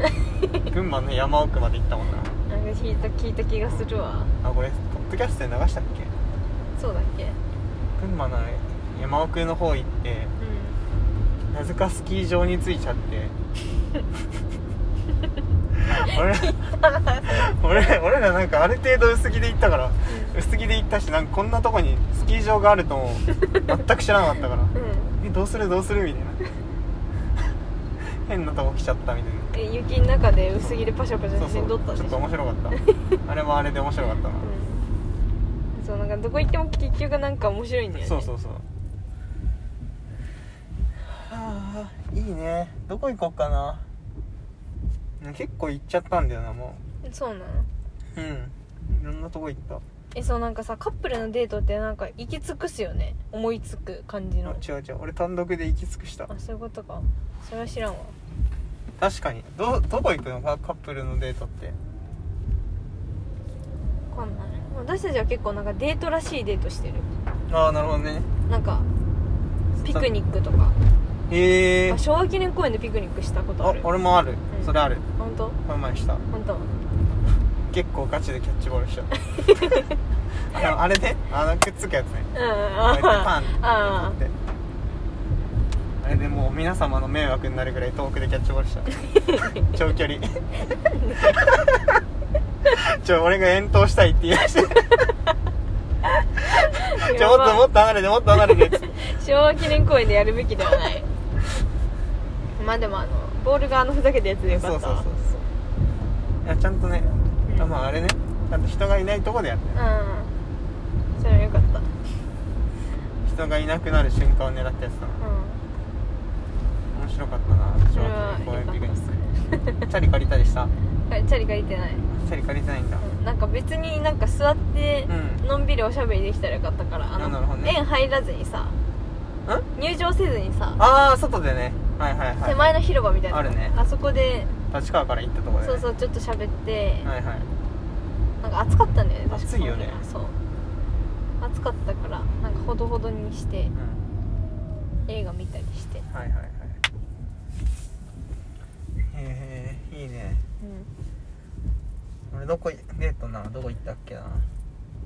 Speaker 2: 群馬の山奥まで行ったもんな
Speaker 1: あなんか聞いた聞いた気がするわ
Speaker 2: あこれポッドキャストで流したっけ
Speaker 1: そうだっけ
Speaker 2: 群馬の山奥の方行って
Speaker 1: う
Speaker 2: なぜかスキー場に着いちゃって *laughs* 俺ら俺俺らなんかある程度薄着で行ったから薄着で行ったしなんかこんなとこにスキー場があるとも全く知らなかったから
Speaker 1: ん
Speaker 2: *laughs*
Speaker 1: うん
Speaker 2: えどうするどうするみたいな *laughs* 変なとこ来ちゃったみたいな
Speaker 1: え雪の中で薄着でパシャパシャ写真撮ったん
Speaker 2: ちょ
Speaker 1: で
Speaker 2: っ
Speaker 1: し
Speaker 2: と
Speaker 1: ょ
Speaker 2: 面白かった *laughs* あれもあれで面白かったな、
Speaker 1: うんそうなんかどこ行っても結局なんか面白いんだよね
Speaker 2: そうそうそうはあいいねどこ行こうかなね結構行っちゃったんだよなも
Speaker 1: そうなの
Speaker 2: ううんいろんなとこ行った
Speaker 1: えそうなんかさカップルのデートってなんか行き尽くすよね思いつく感じの
Speaker 2: あ違う違う俺単独で行き尽くした
Speaker 1: あそういうことかそれは知らんわ
Speaker 2: 確かにどどこ行くのかカップルのデートって
Speaker 1: 分かんない私たちは結構なんかデートらしいデートしてる
Speaker 2: ああなるほどね
Speaker 1: なんかピクニックとか
Speaker 2: へえ
Speaker 1: あ
Speaker 2: ー、
Speaker 1: 昭和記念公園でピクニックしたことあ
Speaker 2: あ
Speaker 1: る
Speaker 2: 俺もある、
Speaker 1: うん
Speaker 2: それある
Speaker 1: 本当
Speaker 2: この前した
Speaker 1: 本当
Speaker 2: 結構ガチでキャッチボールした
Speaker 1: *laughs*
Speaker 2: あのあれねあのくっつくやつね
Speaker 1: うん
Speaker 2: こうや
Speaker 1: あ
Speaker 2: ってパンって
Speaker 1: *laughs* あ
Speaker 2: 取ってあれでもう皆様の迷惑になるぐらい遠くでキャッチボールした
Speaker 1: *laughs*
Speaker 2: 長距離ちょ俺が遠投したいって言い出して
Speaker 1: ー
Speaker 2: ちょも
Speaker 1: や
Speaker 2: っとも
Speaker 1: ば
Speaker 2: っと離れてもっと離れてっつって
Speaker 1: 昭和記念公園でやるべきではない *laughs* まあでもあのボールがあのふざけたやつでよ
Speaker 2: そう
Speaker 1: か
Speaker 2: そ
Speaker 1: っ
Speaker 2: う
Speaker 1: たわ
Speaker 2: そうそういやちゃんとね、
Speaker 1: うん
Speaker 2: あまああれねちゃんと人がいないとこでやって
Speaker 1: うんそれはよかった
Speaker 2: 人がいなくなる瞬間を狙ってやってた
Speaker 1: う
Speaker 2: の面白かったな
Speaker 1: そ
Speaker 2: 昭
Speaker 1: れ
Speaker 2: 和
Speaker 1: は
Speaker 2: 記念公園ピクニッ
Speaker 1: ん
Speaker 2: クチャリ借りたりした
Speaker 1: かチャリ借りてない
Speaker 2: チャリ借りてないんだ
Speaker 1: うんなんか別になんか座って
Speaker 2: うん
Speaker 1: のんびりおしゃべりできたらよかったからあ
Speaker 2: あなるほど
Speaker 1: の
Speaker 2: ね
Speaker 1: 園入らずにさ入場せずにさ
Speaker 2: ああ外でねはいはいはい
Speaker 1: 手前の広場みたいな
Speaker 2: あるね
Speaker 1: あそこで
Speaker 2: 立川から行ったところで、ね、
Speaker 1: そうそうちょっと喋って
Speaker 2: はいはい
Speaker 1: なんか暑かったんだよね確か
Speaker 2: 暑いよね
Speaker 1: その日はそう暑かったからなんかほどほどにして
Speaker 2: うん
Speaker 1: 映画見たりして
Speaker 2: はいはいはいへえいいね
Speaker 1: うん
Speaker 2: 俺どこいデートなどこ行ったっけなあん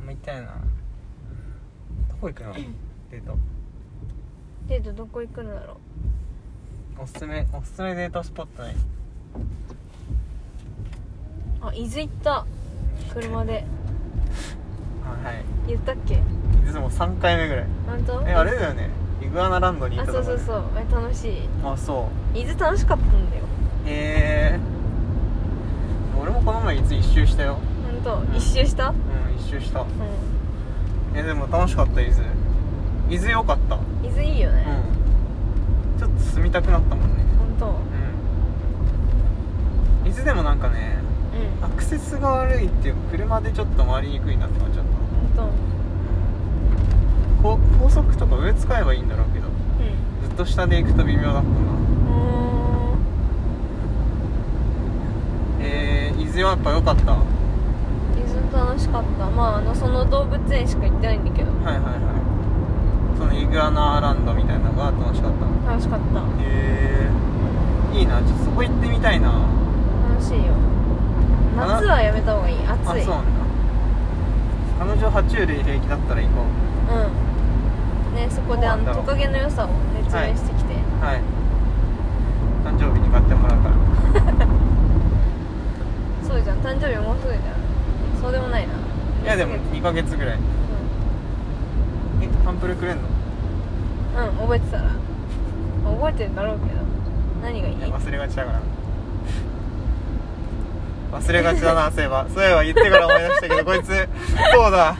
Speaker 2: ま行ったよなどこ
Speaker 1: *clears throat*
Speaker 2: 行くのデート
Speaker 1: デートどこ行くんだろう
Speaker 2: おすすめおすすめデートスポットない
Speaker 1: あ伊豆行った車で
Speaker 2: あはい
Speaker 1: 言ったっけ
Speaker 2: いつも3回目ぐらい
Speaker 1: 本当
Speaker 2: えあれだよねイグアナランドに行っ
Speaker 1: あそ
Speaker 2: たと
Speaker 1: う
Speaker 2: こ、
Speaker 1: そ
Speaker 2: ね、
Speaker 1: うそうあれ楽しい
Speaker 2: あそ
Speaker 1: 伊豆楽しかったんだよ
Speaker 2: うへえ俺もこの前いつ一周したよ
Speaker 1: 本当、
Speaker 2: ん
Speaker 1: 一周した
Speaker 2: うん一周した
Speaker 1: うん
Speaker 2: えでも楽しかった伊豆伊豆良かったう
Speaker 1: 伊豆いいよね、
Speaker 2: んちょっと住みたくなったもんね
Speaker 1: 本当
Speaker 2: うん伊豆でもなんかね
Speaker 1: うん
Speaker 2: アクセスが悪いっていうか車でちょっと回りにくいなって感じだった
Speaker 1: 本当
Speaker 2: こ高速とか上使えばいいんだろうけど
Speaker 1: う
Speaker 2: ずっと下で行くと微妙だったな
Speaker 1: う
Speaker 2: ん
Speaker 1: ーん
Speaker 2: えー、伊豆はやっぱ良かったはい
Speaker 1: 伊豆楽しかったまああのその動物園しか行ってないんだけど
Speaker 2: はいはいそのイグアナランドみたいなのが楽しかった
Speaker 1: 楽しかった
Speaker 2: へえいいなちょっとそこ行ってみたいな
Speaker 1: 楽しいよ夏はやめた方がいい
Speaker 2: あそう
Speaker 1: 暑い
Speaker 2: なんだ彼女爬虫類平気だったら行こう
Speaker 1: うんねそこであ
Speaker 2: どうなんだ
Speaker 1: の
Speaker 2: ろ
Speaker 1: ト
Speaker 2: う
Speaker 1: カゲの良さを熱弁してきて、
Speaker 2: はい誕生日に買ってもらうから
Speaker 1: そうじゃん誕生日もうすぐじゃんそうでもないない
Speaker 2: やでも
Speaker 1: うん
Speaker 2: 2ヶ月ぐらいえサンプルくれんの
Speaker 1: うん覚えてたら覚えてるんだろうけど何がいい
Speaker 2: いや忘れがちだから忘れがち
Speaker 1: *laughs*
Speaker 2: だなそういえばそういえば言ってから思い出したけどこいつそうだ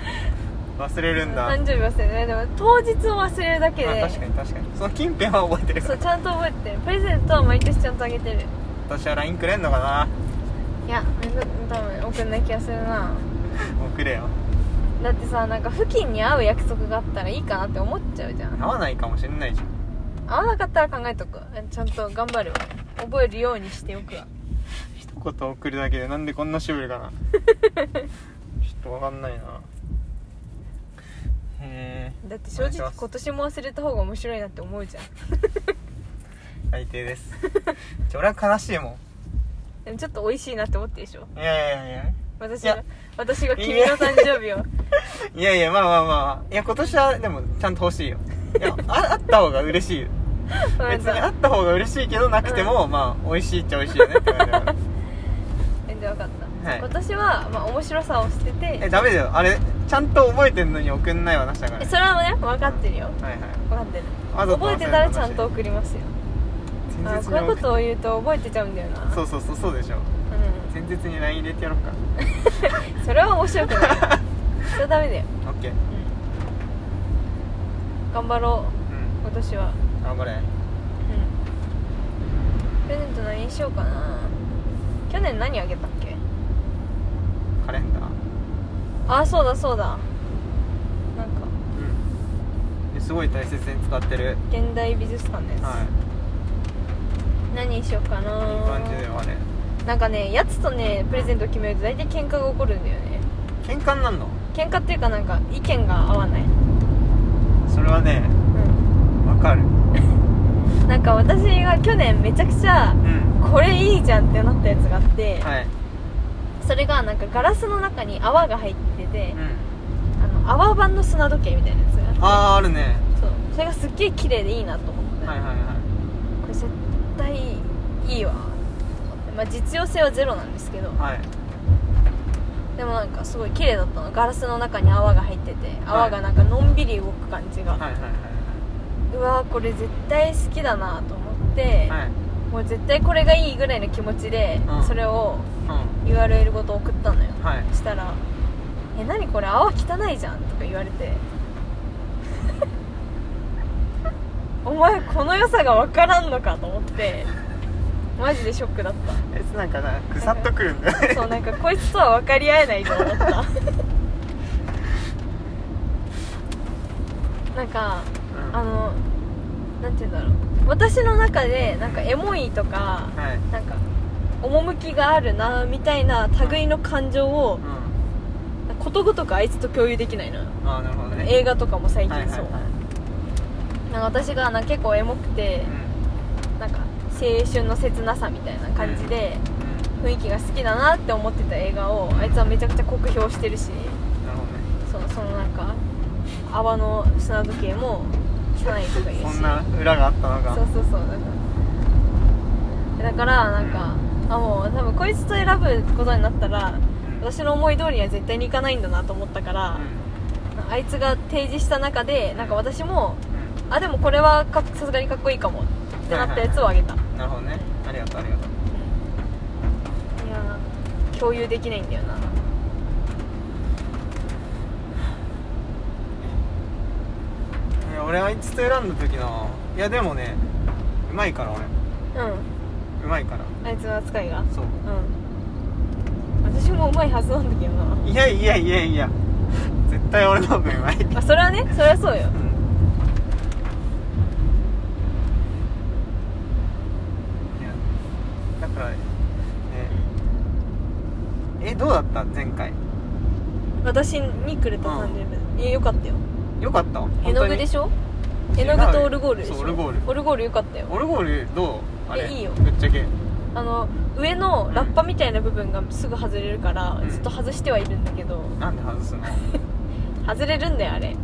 Speaker 2: 忘れるんだ
Speaker 1: 誕生日忘れないでも当日を忘れるだけで
Speaker 2: あ確かに確かにその近辺は覚えてるか
Speaker 1: そう
Speaker 2: ら
Speaker 1: ちゃんと覚えてるプレゼントは毎年ちゃんとあげてる
Speaker 2: 私は LINE くれんのかない
Speaker 1: やめんど多分送んない気がするな
Speaker 2: もうくれよ
Speaker 1: だってさなんか付近に会う約束があったらいいかなって思っちゃうじゃん
Speaker 2: 合わないかもしれないじゃん
Speaker 1: 会わなかったら考えとくえちゃんと頑張るわ覚えるようにしておくわ
Speaker 2: 一言送るだけでなんでこんな渋
Speaker 1: *laughs*
Speaker 2: るかなちょっとわかんないなへえ
Speaker 1: だって正
Speaker 2: お願いしま
Speaker 1: 直
Speaker 2: す
Speaker 1: 今年も忘れた方が面白いなって思うじゃん
Speaker 2: 最低です *laughs* ちょ俺は悲しいも
Speaker 1: でもちょっと美味しいなって思ってるでしょ
Speaker 2: んいやいやいや
Speaker 1: 私
Speaker 2: い
Speaker 1: が
Speaker 2: や
Speaker 1: 私が君の誕生日を
Speaker 2: いやいやまあまあまあいや今年はでもちゃんと欲しいよいやああった方が嬉し
Speaker 1: *laughs*
Speaker 2: いよ別にあった方が嬉しいけどなくても、まあ美味しいっちゃ美味しいよねって感
Speaker 1: *laughs*
Speaker 2: じだから
Speaker 1: えで分かった、
Speaker 2: はい
Speaker 1: 今年は、まあ、面白さを捨てて
Speaker 2: えダメだよあれちゃんと覚えてんのに送んないはなしだから
Speaker 1: え
Speaker 2: ね
Speaker 1: それはね分かってるよ
Speaker 2: はいはい
Speaker 1: 分かってる
Speaker 2: わざと忘
Speaker 1: 覚え
Speaker 2: れ
Speaker 1: て
Speaker 2: た
Speaker 1: た
Speaker 2: のな
Speaker 1: ら
Speaker 2: し
Speaker 1: ちゃんと送りますよあーこういうことを言うと覚えてちゃうんだよな
Speaker 2: *laughs* そうそうそうそうでしょ
Speaker 1: う
Speaker 2: 前日に LINE 入れてやろうか
Speaker 1: ん、それは面白
Speaker 2: *laughs*
Speaker 1: くないそれはダメだよ、
Speaker 2: オッケー
Speaker 1: うん、頑張ろう
Speaker 2: う
Speaker 1: 今年は
Speaker 2: ん頑張れ
Speaker 1: うんプレゼント何にしようかな去年何あげたっけ
Speaker 2: カレンダー
Speaker 1: ああそうだそうだなんか
Speaker 2: うんですごい大切に使ってる
Speaker 1: 現代美術館です、
Speaker 2: はい
Speaker 1: 何にしようかない
Speaker 2: い感じだよあれ
Speaker 1: なんかねやつとねプレゼント決めると大体喧嘩が起こるんだよね
Speaker 2: 喧嘩になんの
Speaker 1: 喧嘩っていうかなんか意見が合わない、
Speaker 2: それはね
Speaker 1: う
Speaker 2: わかる
Speaker 1: ん、なんか私が去年めちゃくちゃ
Speaker 2: うん
Speaker 1: これいいじゃんってなったやつがあって、
Speaker 2: はい
Speaker 1: それがなんかガラスの中に泡が入ってて
Speaker 2: う、ん
Speaker 1: あの泡版の砂時計みたいなやつがあって
Speaker 2: あああるね
Speaker 1: そうそれがすっげえ綺麗でいいなと思って、
Speaker 2: はいはいはい
Speaker 1: これ絶対いいわまあ実用性はゼロなんですけど
Speaker 2: はい
Speaker 1: でもなんかすごい綺麗だったのガラスの中に泡が入ってて泡がなんかのんびり動く感じが、
Speaker 2: はいはいは
Speaker 1: うわーこれ絶対好きだなと思って、
Speaker 2: いはいはい
Speaker 1: もう絶対これがいいぐらいの気持ちで、
Speaker 2: うん
Speaker 1: それを
Speaker 2: う
Speaker 1: URL ごと送ったのよ
Speaker 2: んはい
Speaker 1: したら「え何これ泡汚いじゃん」とか言われて *laughs* 「お前この良さが分からんのか」と思ってマジでショックだっ
Speaker 2: えなんかなぐさっとくるんだよ
Speaker 1: た
Speaker 2: ね
Speaker 1: *laughs* そうなんかこいつとは分かり合えないと思った *laughs* なんか
Speaker 2: うん
Speaker 1: あのなんて言うんだろう私の中でなんかエモいとか
Speaker 2: はい
Speaker 1: なんか趣があるなみたいな類の感情を
Speaker 2: うん
Speaker 1: ことごとくあいつと共有できないのよ
Speaker 2: ああなるほどね
Speaker 1: 映画とかも最近
Speaker 2: はいはい
Speaker 1: そう、
Speaker 2: はい
Speaker 1: なんか私がなんか結構エモくて
Speaker 2: うん
Speaker 1: なんか青春の切なさみたいな感じで雰囲気が好きだなって思ってた映画をあいつはめちゃくちゃ酷評してるし
Speaker 2: うんなるほどね
Speaker 1: そうそのなんか泡の砂時計も汚いとか言うし
Speaker 2: そんな裏があったの
Speaker 1: そう
Speaker 2: が
Speaker 1: そうそうだからだからなんか、あもう多分こいつと選ぶことになったら
Speaker 2: うん
Speaker 1: 私の思い通りには絶対にいかないんだなと思ったから、あいつが提示した中でなんか私も
Speaker 2: うん
Speaker 1: あでもこれはかさすがにかっこいいかもってなったやつをあげた、
Speaker 2: うんなるほどねありがとうありがとう
Speaker 1: いやー共有できないんだよな
Speaker 2: や俺あいつと選んだ時ないやでもねうまいから俺
Speaker 1: う
Speaker 2: うまいから
Speaker 1: んあいつの扱いが
Speaker 2: そう
Speaker 1: うん私もうまいはずなんだけどない
Speaker 2: やいやいやいや絶対俺の方がうまい、うん、
Speaker 1: あそれはねそれはそうよ
Speaker 2: いやだからねえどうだった前回
Speaker 1: 私にくれた
Speaker 2: うん
Speaker 1: 誕生日えよかったよ
Speaker 2: よかった
Speaker 1: 絵
Speaker 2: 本
Speaker 1: の
Speaker 2: 当
Speaker 1: 具で
Speaker 2: に
Speaker 1: しょ
Speaker 2: 違
Speaker 1: 絵
Speaker 2: う
Speaker 1: の具とオルゴールでしょ
Speaker 2: そうオルゴール
Speaker 1: オルゴールよかったよ
Speaker 2: オルゴールどうあれ
Speaker 1: えいいよ
Speaker 2: ぶっちゃけ
Speaker 1: あの上のラッパみたいな部分がすぐ外れるから、
Speaker 2: うん
Speaker 1: ずっと外してはいるんだけど
Speaker 2: なんで外すのあ
Speaker 1: 外れるんだよあれ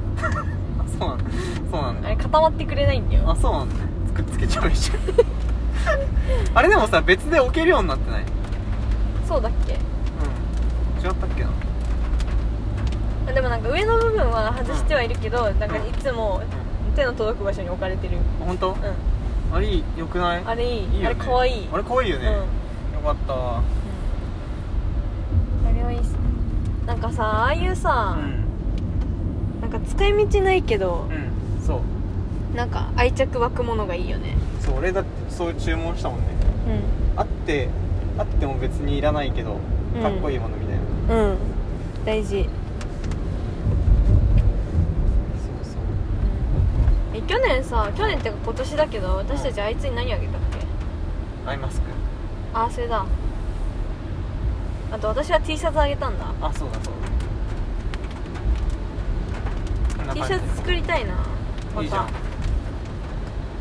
Speaker 2: そうなんだそうなん
Speaker 1: あ
Speaker 2: だ
Speaker 1: れ固まってくれないんだよ
Speaker 2: あそうなんだくっつけちゃうじゃんあれでもさ別で置けるようになってない
Speaker 1: そうだっけ
Speaker 2: うん違ったっけな
Speaker 1: あでもなんか上の部分は外してはいるけど、なんかいつも手の届く場所に置かれてる
Speaker 2: 本当
Speaker 1: う
Speaker 2: あれよくない
Speaker 1: んあれいい
Speaker 2: いいよね
Speaker 1: あれかわいい
Speaker 2: あれ可愛いよね、
Speaker 1: うん
Speaker 2: よかったわ
Speaker 1: うんあれはいいっすなんかさああいう
Speaker 2: う
Speaker 1: さ、
Speaker 2: ん
Speaker 1: なんか使い道ないけど
Speaker 2: う、んそう
Speaker 1: なんか愛着湧くものがいいよね
Speaker 2: そう俺だってそう注文したもんねあってあっても別にいらないけど
Speaker 1: うん
Speaker 2: かっこいいものみたいな、
Speaker 1: うんうん大事、
Speaker 2: そうそう
Speaker 1: え去年さ去年っていうか今年だけど私たちあいつに何あげたっけ
Speaker 2: アイマスク
Speaker 1: ああそれだあと私は T シャツあげたんだ
Speaker 2: あそうだそうだこんな
Speaker 1: T
Speaker 2: 感
Speaker 1: シ
Speaker 2: じ
Speaker 1: ャツ作りたいなまた
Speaker 2: いいじゃん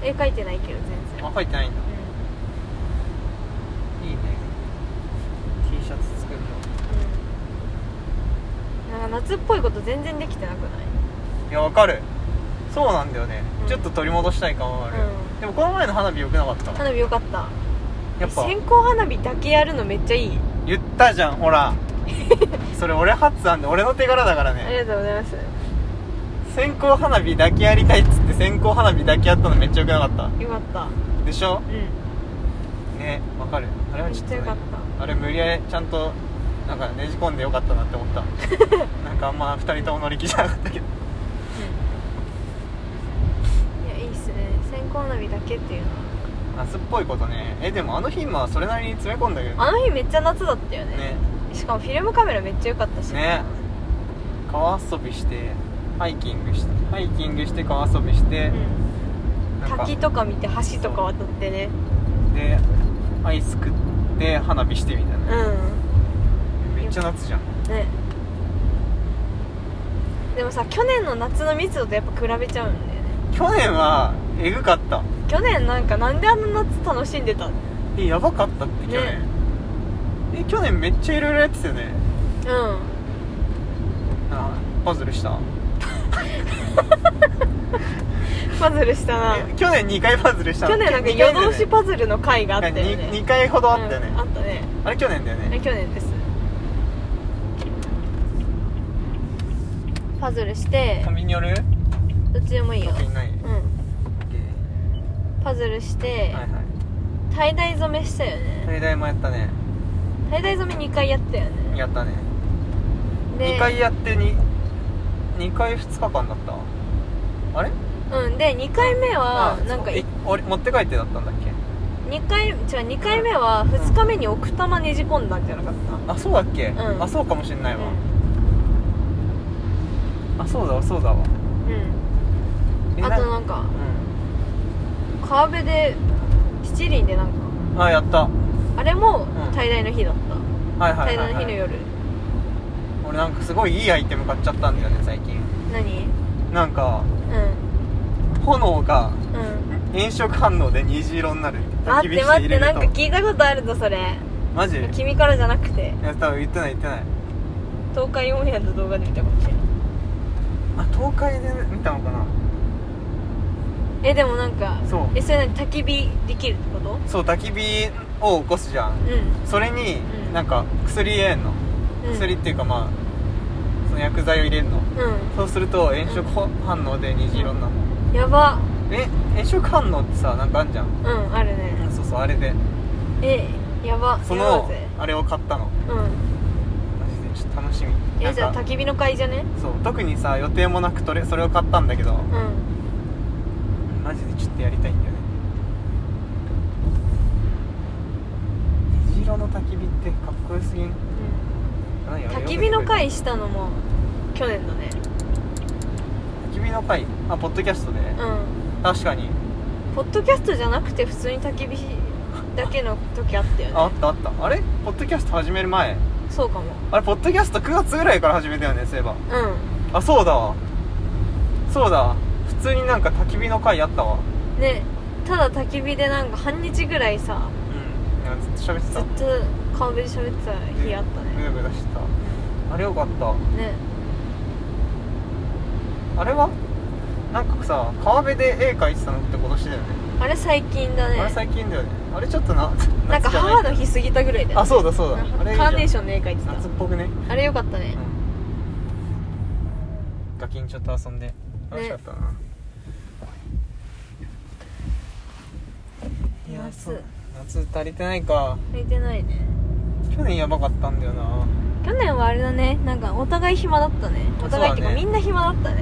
Speaker 1: 絵描いてないけど全然
Speaker 2: あ入ってないんだ
Speaker 1: う
Speaker 2: いいね T シャツ作るの
Speaker 1: んうんなんか夏っぽいこと全然できてなくない
Speaker 2: いやわかるそうなんだよね、
Speaker 1: うん
Speaker 2: ちょっと取り戻したい感はある、
Speaker 1: うん
Speaker 2: でもこの前の花火良くなかった
Speaker 1: 花火よかった
Speaker 2: やっぱ
Speaker 1: 線香花火だけやるのめっちゃいい、
Speaker 2: 言ったじゃん
Speaker 1: *laughs*
Speaker 2: ほらそれ俺発案で俺の手柄だから
Speaker 1: あ
Speaker 2: ね
Speaker 1: りがとうございます
Speaker 2: 線香花火だけやりたいっつって線香花火だけやったのめっちゃ良くなかっ
Speaker 1: よかった
Speaker 2: たでしょ
Speaker 1: うん
Speaker 2: ねわかるあれは
Speaker 1: めっ
Speaker 2: ちょっ
Speaker 1: ち
Speaker 2: と
Speaker 1: ゃ
Speaker 2: ね、
Speaker 1: よかっ
Speaker 2: あれ無理やりちゃんとなんかねじ込んでよかったなって思った
Speaker 1: *laughs*
Speaker 2: なんかあんま2人とも乗り気じゃなかったけど
Speaker 1: た、うん、いやいいっすね線香花火だけっていうの
Speaker 2: 夏っぽいことねえでもあの日まあそれなりに詰め込んだけど
Speaker 1: はあの日めっちゃ夏だったよね
Speaker 2: ね
Speaker 1: しかもフィルムカメラめっちゃ良かったし
Speaker 2: ね川遊びしてハイキングしてハイキングして川遊びして、
Speaker 1: うん
Speaker 2: なんか
Speaker 1: 滝とか見て橋とか渡ってね
Speaker 2: でアイス食って花火してみたいな、
Speaker 1: う
Speaker 2: めっちゃ夏じゃん
Speaker 1: んねでもさ去年の夏の密度とやっぱ比べちゃうんだよね
Speaker 2: 去年はえぐかった
Speaker 1: 去年なんかなんであの夏楽しんでたの
Speaker 2: えやばかったって去年、
Speaker 1: ね
Speaker 2: え去年めっちゃいろいろやってたよね
Speaker 1: うん *laughs*
Speaker 2: なあパズルした
Speaker 1: パズルしたな
Speaker 2: え去年2回パズルした
Speaker 1: 去年なんか夜通しパズルの回があっ
Speaker 2: あ
Speaker 1: たよね
Speaker 2: 2, 回ほどあったよね、
Speaker 1: うんあったね
Speaker 2: あれ去年だよ
Speaker 1: あれ
Speaker 2: ね
Speaker 1: 去年ですパズルして
Speaker 2: 紙による
Speaker 1: どっちでもいいよ
Speaker 2: 特にない、
Speaker 1: うんパズルして
Speaker 2: はいはい
Speaker 1: 滞在染めしたよね
Speaker 2: 大体もやったね
Speaker 1: 滞在染め2回やったよね
Speaker 2: やったね
Speaker 1: で
Speaker 2: 2回やってに2回2日間だったあれ
Speaker 1: うんで2回目は
Speaker 2: あ
Speaker 1: なんか
Speaker 2: そうえ俺持って帰ってだったんだっけ
Speaker 1: 2回違う2回目は2日目に奥多摩ねじ込んだんじゃなかっ
Speaker 2: あそうだっけ、
Speaker 1: うん
Speaker 2: あそうかもしんな
Speaker 1: た
Speaker 2: いわ、
Speaker 1: う
Speaker 2: あそうだわそうだわ
Speaker 1: ん
Speaker 2: え
Speaker 1: うんあと
Speaker 2: な
Speaker 1: なんか
Speaker 2: う
Speaker 1: 川辺で七輪でなんか
Speaker 2: んあやったは
Speaker 1: あれも
Speaker 2: ん
Speaker 1: 滞在の日だっ
Speaker 2: い
Speaker 1: た
Speaker 2: はい
Speaker 1: 滞
Speaker 2: は
Speaker 1: 在
Speaker 2: い、
Speaker 1: の
Speaker 2: は
Speaker 1: 日の
Speaker 2: い、
Speaker 1: 夜
Speaker 2: 俺なんかすごいいいアイテム買っちゃったんだよね最近
Speaker 1: 何
Speaker 2: なんか
Speaker 1: う
Speaker 2: 炎が
Speaker 1: んうん
Speaker 2: 炎色反応で虹色になる
Speaker 1: 待って待ってなんか
Speaker 2: き
Speaker 1: 聞いたことあるぞそれ
Speaker 2: マジい
Speaker 1: 君からじゃなくて
Speaker 2: や多分言ってない言ってない
Speaker 1: 東海オンエアの動画で見たかもしれない
Speaker 2: あ東海で見たのかな
Speaker 1: えでもなんか
Speaker 2: そう
Speaker 1: えそれ何焚き火できるってこと
Speaker 2: そう焚き火を起こすじゃん
Speaker 1: う
Speaker 2: それに
Speaker 1: うん
Speaker 2: なんか薬入れんの、
Speaker 1: んうん
Speaker 2: 薬っていうかまあその薬剤を入れんの
Speaker 1: う
Speaker 2: そうすると炎色反応で虹色になるの、
Speaker 1: んやば
Speaker 2: え炎色反応ってさなんかあんじゃん
Speaker 1: うんあるね
Speaker 2: そうそうあれで
Speaker 1: えやば
Speaker 2: そ
Speaker 1: やば
Speaker 2: の
Speaker 1: いぜ
Speaker 2: あれを買ったの
Speaker 1: うん
Speaker 2: マジでちょっと楽しみ
Speaker 1: えじゃ
Speaker 2: な
Speaker 1: あ
Speaker 2: んか
Speaker 1: 焚き火の会じゃね
Speaker 2: そう特にさ予定もなくとれそれを買ったんだけ
Speaker 1: う
Speaker 2: ど
Speaker 1: ん
Speaker 2: マジでちょっとやりたいんだよね虹色の焚き火ってかっこよすぎん何あれ
Speaker 1: 焚き火の会したのも去年だね
Speaker 2: 焚き火の会あポッドキャストで、ね
Speaker 1: う
Speaker 2: 確かに
Speaker 1: んポッドキャストじゃなくて普通に焚き火だけの時あった
Speaker 2: ああ
Speaker 1: よ
Speaker 2: っ
Speaker 1: ね
Speaker 2: たあったあれポッドキャスト始める前
Speaker 1: そうかも
Speaker 2: あれポッドキャスト9月ぐらいから始めたよねそういえば
Speaker 1: う
Speaker 2: あそうだわそうだわ普通になんか焚き火の会あったわ
Speaker 1: んねただ焚き火でなんか半日ぐらいさ
Speaker 2: うんなんかずっと喋って
Speaker 1: ず
Speaker 2: た
Speaker 1: っと川辺で喋ってた日あった
Speaker 2: グ
Speaker 1: ね
Speaker 2: ダグダしてたあれよかった
Speaker 1: ね
Speaker 2: あれはなんかさ川辺で絵描いてたのって今年だよね
Speaker 1: あれ最近だね
Speaker 2: あれ最近だよねあれちょっとな
Speaker 1: *laughs* なんか
Speaker 2: 夏じゃい
Speaker 1: 母の日過ぎたぐらいだよね
Speaker 2: あそうだそうだ
Speaker 1: なんか
Speaker 2: あれいいじゃ
Speaker 1: カ
Speaker 2: ん
Speaker 1: ーネーションの絵描いて
Speaker 2: 夏ったぽくね
Speaker 1: あれよかったね
Speaker 2: うんガキンちょっと遊んで楽しかったな、いや
Speaker 1: 夏
Speaker 2: そう夏足りてないか
Speaker 1: 向いてないね
Speaker 2: 去年やばかったんだよな
Speaker 1: 去年はあれだねなんかお互い暇だったねお互いっていう
Speaker 2: そうだ
Speaker 1: かみ
Speaker 2: ね
Speaker 1: んな暇だったね
Speaker 2: ね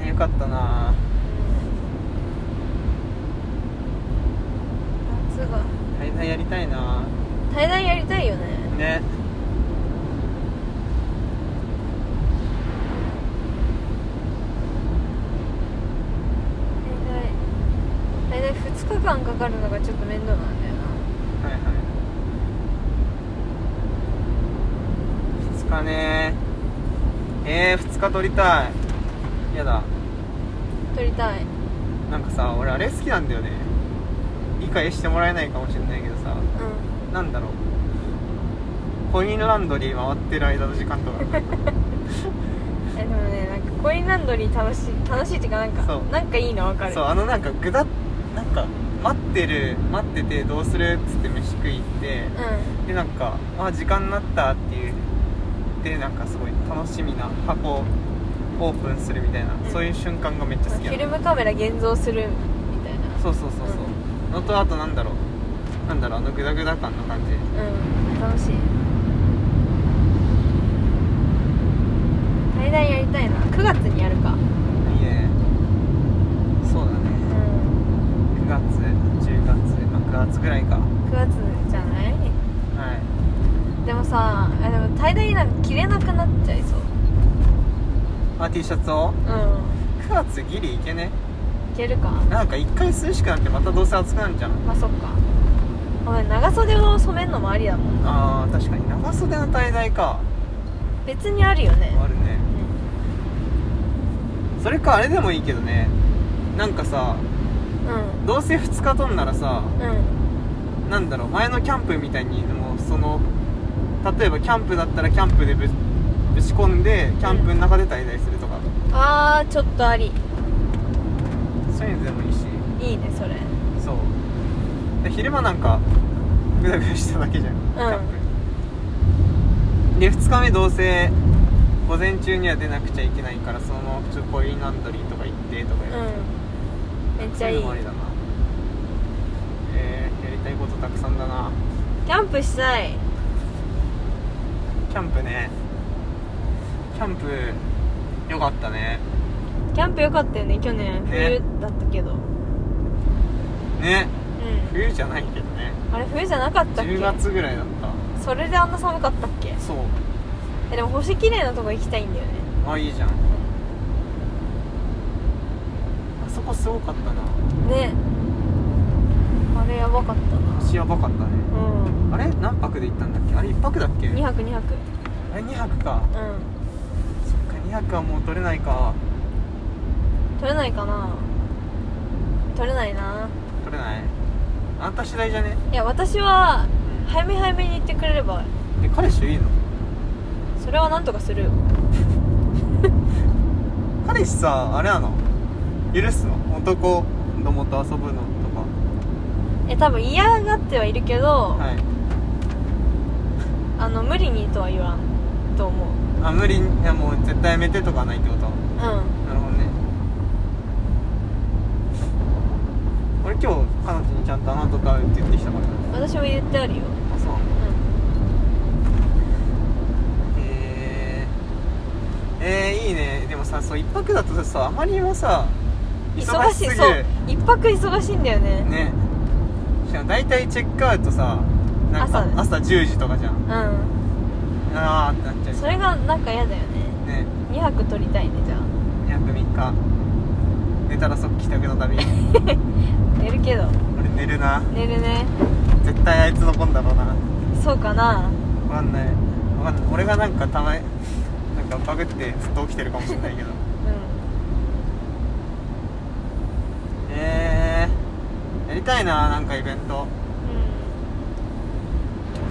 Speaker 2: ねよかったな
Speaker 1: 夏が
Speaker 2: 対談やりたいな
Speaker 1: 対談やりたいよね
Speaker 2: ね
Speaker 1: 対談対談2日間かかるのがちょっと面倒なんだよな
Speaker 2: はいはい2日ねえー、2日撮りたいやだ
Speaker 1: 撮りたい
Speaker 2: なんかさ俺あれ好きなんだよね理解してもらえないかもしれないけどさ
Speaker 1: う
Speaker 2: なんだろうコインランドリー回ってる間の時間とか
Speaker 1: んえでもねなんかコインランドリー楽しい楽しいっていうかなん
Speaker 2: そ
Speaker 1: か
Speaker 2: う
Speaker 1: なんかいいの分かる
Speaker 2: そうあのなんかぐだなんか待ってる待っててどうするっつって飯食い行って
Speaker 1: う
Speaker 2: でなんかあ時間になったっていうでなんかすごい楽しみな箱をオープンするみたいな、
Speaker 1: ん
Speaker 2: そういう瞬間がめっちゃ好
Speaker 1: ん
Speaker 2: き
Speaker 1: フ
Speaker 2: な
Speaker 1: ィ
Speaker 2: の
Speaker 1: ルムカメラ現像するみたいな
Speaker 2: そうそうそうそう、のとあとなんだろうなんだろうあのグダグダ感の感じ
Speaker 1: うん楽しい対談やりたいな9月にやるか
Speaker 2: いいねそうだ
Speaker 1: う
Speaker 2: ね
Speaker 1: ん
Speaker 2: 9月10月まあ9月ぐらいかは
Speaker 1: 9月じゃない
Speaker 2: い
Speaker 1: でもさあでも対談なんか着れなくなっちゃいそう
Speaker 2: あ T シャツを
Speaker 1: う
Speaker 2: 9月ギリいけ
Speaker 1: ん
Speaker 2: ね
Speaker 1: いけるか
Speaker 2: なんか一回涼しくなってまたどうせ暑くなるじゃん
Speaker 1: まあそっかごめん長袖を染めるのもありだもん
Speaker 2: あー確かに長袖の滞在か
Speaker 1: 別にあるよね
Speaker 2: あるねそれかあれでもいいけどねなんかさ
Speaker 1: う
Speaker 2: どうせ2日とんならさ
Speaker 1: んうん
Speaker 2: なんだろう前のキャンプみたいにもうその例えばキャンプだったらキャンプでぶぶち込んでキャンプの中で滞在するとか、
Speaker 1: あーちょっとあり
Speaker 2: そういうのでもいいし
Speaker 1: いいねそれ
Speaker 2: そうで昼間なんかグダグダしただけじゃん、キャンプで2日目どうせ午前中には出なくちゃいけないからそのままちょっとコインランドリーとか行ってとか
Speaker 1: う
Speaker 2: やる
Speaker 1: んめっち
Speaker 2: そ
Speaker 1: ゃ
Speaker 2: うい
Speaker 1: いうい
Speaker 2: のもありだなえー、やりたいことたくさんだな
Speaker 1: キャンプしたい
Speaker 2: キャンプねキャンプよかったね
Speaker 1: キャンプ良かったよね去年
Speaker 2: ね
Speaker 1: 冬だったけど、
Speaker 2: ね
Speaker 1: う
Speaker 2: 冬じゃないけどね
Speaker 1: んあれ冬じゃなかったっけ
Speaker 2: 10月ぐらいだった
Speaker 1: それであんな寒かったっけ
Speaker 2: そう
Speaker 1: えでも星綺麗なとこ行きたいんだよね
Speaker 2: あいいじゃんあそこすごかったな
Speaker 1: ねあれやばかったな
Speaker 2: 星やばかったね
Speaker 1: うん
Speaker 2: あれ何泊で行ったんだっけあれ1泊だっけ
Speaker 1: 2泊2泊
Speaker 2: あれ2泊か
Speaker 1: うん
Speaker 2: そっか2泊はもう取れないか
Speaker 1: 取れないかな取れないな
Speaker 2: 取れないあんた次第じゃね
Speaker 1: いや私は
Speaker 2: ん
Speaker 1: 早め早めに行ってくれれば
Speaker 2: え彼氏いいの
Speaker 1: それはなんとかするよ
Speaker 2: 彼氏さあれなの許すの男どもと遊ぶのとか
Speaker 1: え多分嫌がってはいるけど、
Speaker 2: はい
Speaker 1: あの無理にとは言わんと思う
Speaker 2: あ無理いやもう絶対やめてとかはないってこと
Speaker 1: う
Speaker 2: なるほどね俺今日彼女にちゃんと「あなたと会う」って言ってきたから
Speaker 1: ん私も言ってあるよ
Speaker 2: あそう
Speaker 1: う
Speaker 2: へええー、いいねでもさそう一泊だとさあまりにもさ忙
Speaker 1: 忙
Speaker 2: し
Speaker 1: しい
Speaker 2: すぎ
Speaker 1: そう
Speaker 2: る
Speaker 1: 一泊忙しいんだよね
Speaker 2: ねしかも大体チェックアウトさなんか
Speaker 1: 朝
Speaker 2: 朝10時とかじゃん
Speaker 1: うん
Speaker 2: ああってなっちゃう
Speaker 1: それがなんか嫌だよね
Speaker 2: ね
Speaker 1: 2泊取りたいねじゃ
Speaker 2: 2泊3日寝たら即帰宅
Speaker 1: *laughs*
Speaker 2: の旅
Speaker 1: あ寝るけど
Speaker 2: 俺寝るな
Speaker 1: 寝るね
Speaker 2: 絶対あいつのんだろうなわ
Speaker 1: そうかな
Speaker 2: かんないわかんない俺がなんかたまになんかバグってずっと起きてるかもしれない *laughs* けど
Speaker 1: う
Speaker 2: えー、やりたいななんかイベント
Speaker 1: ん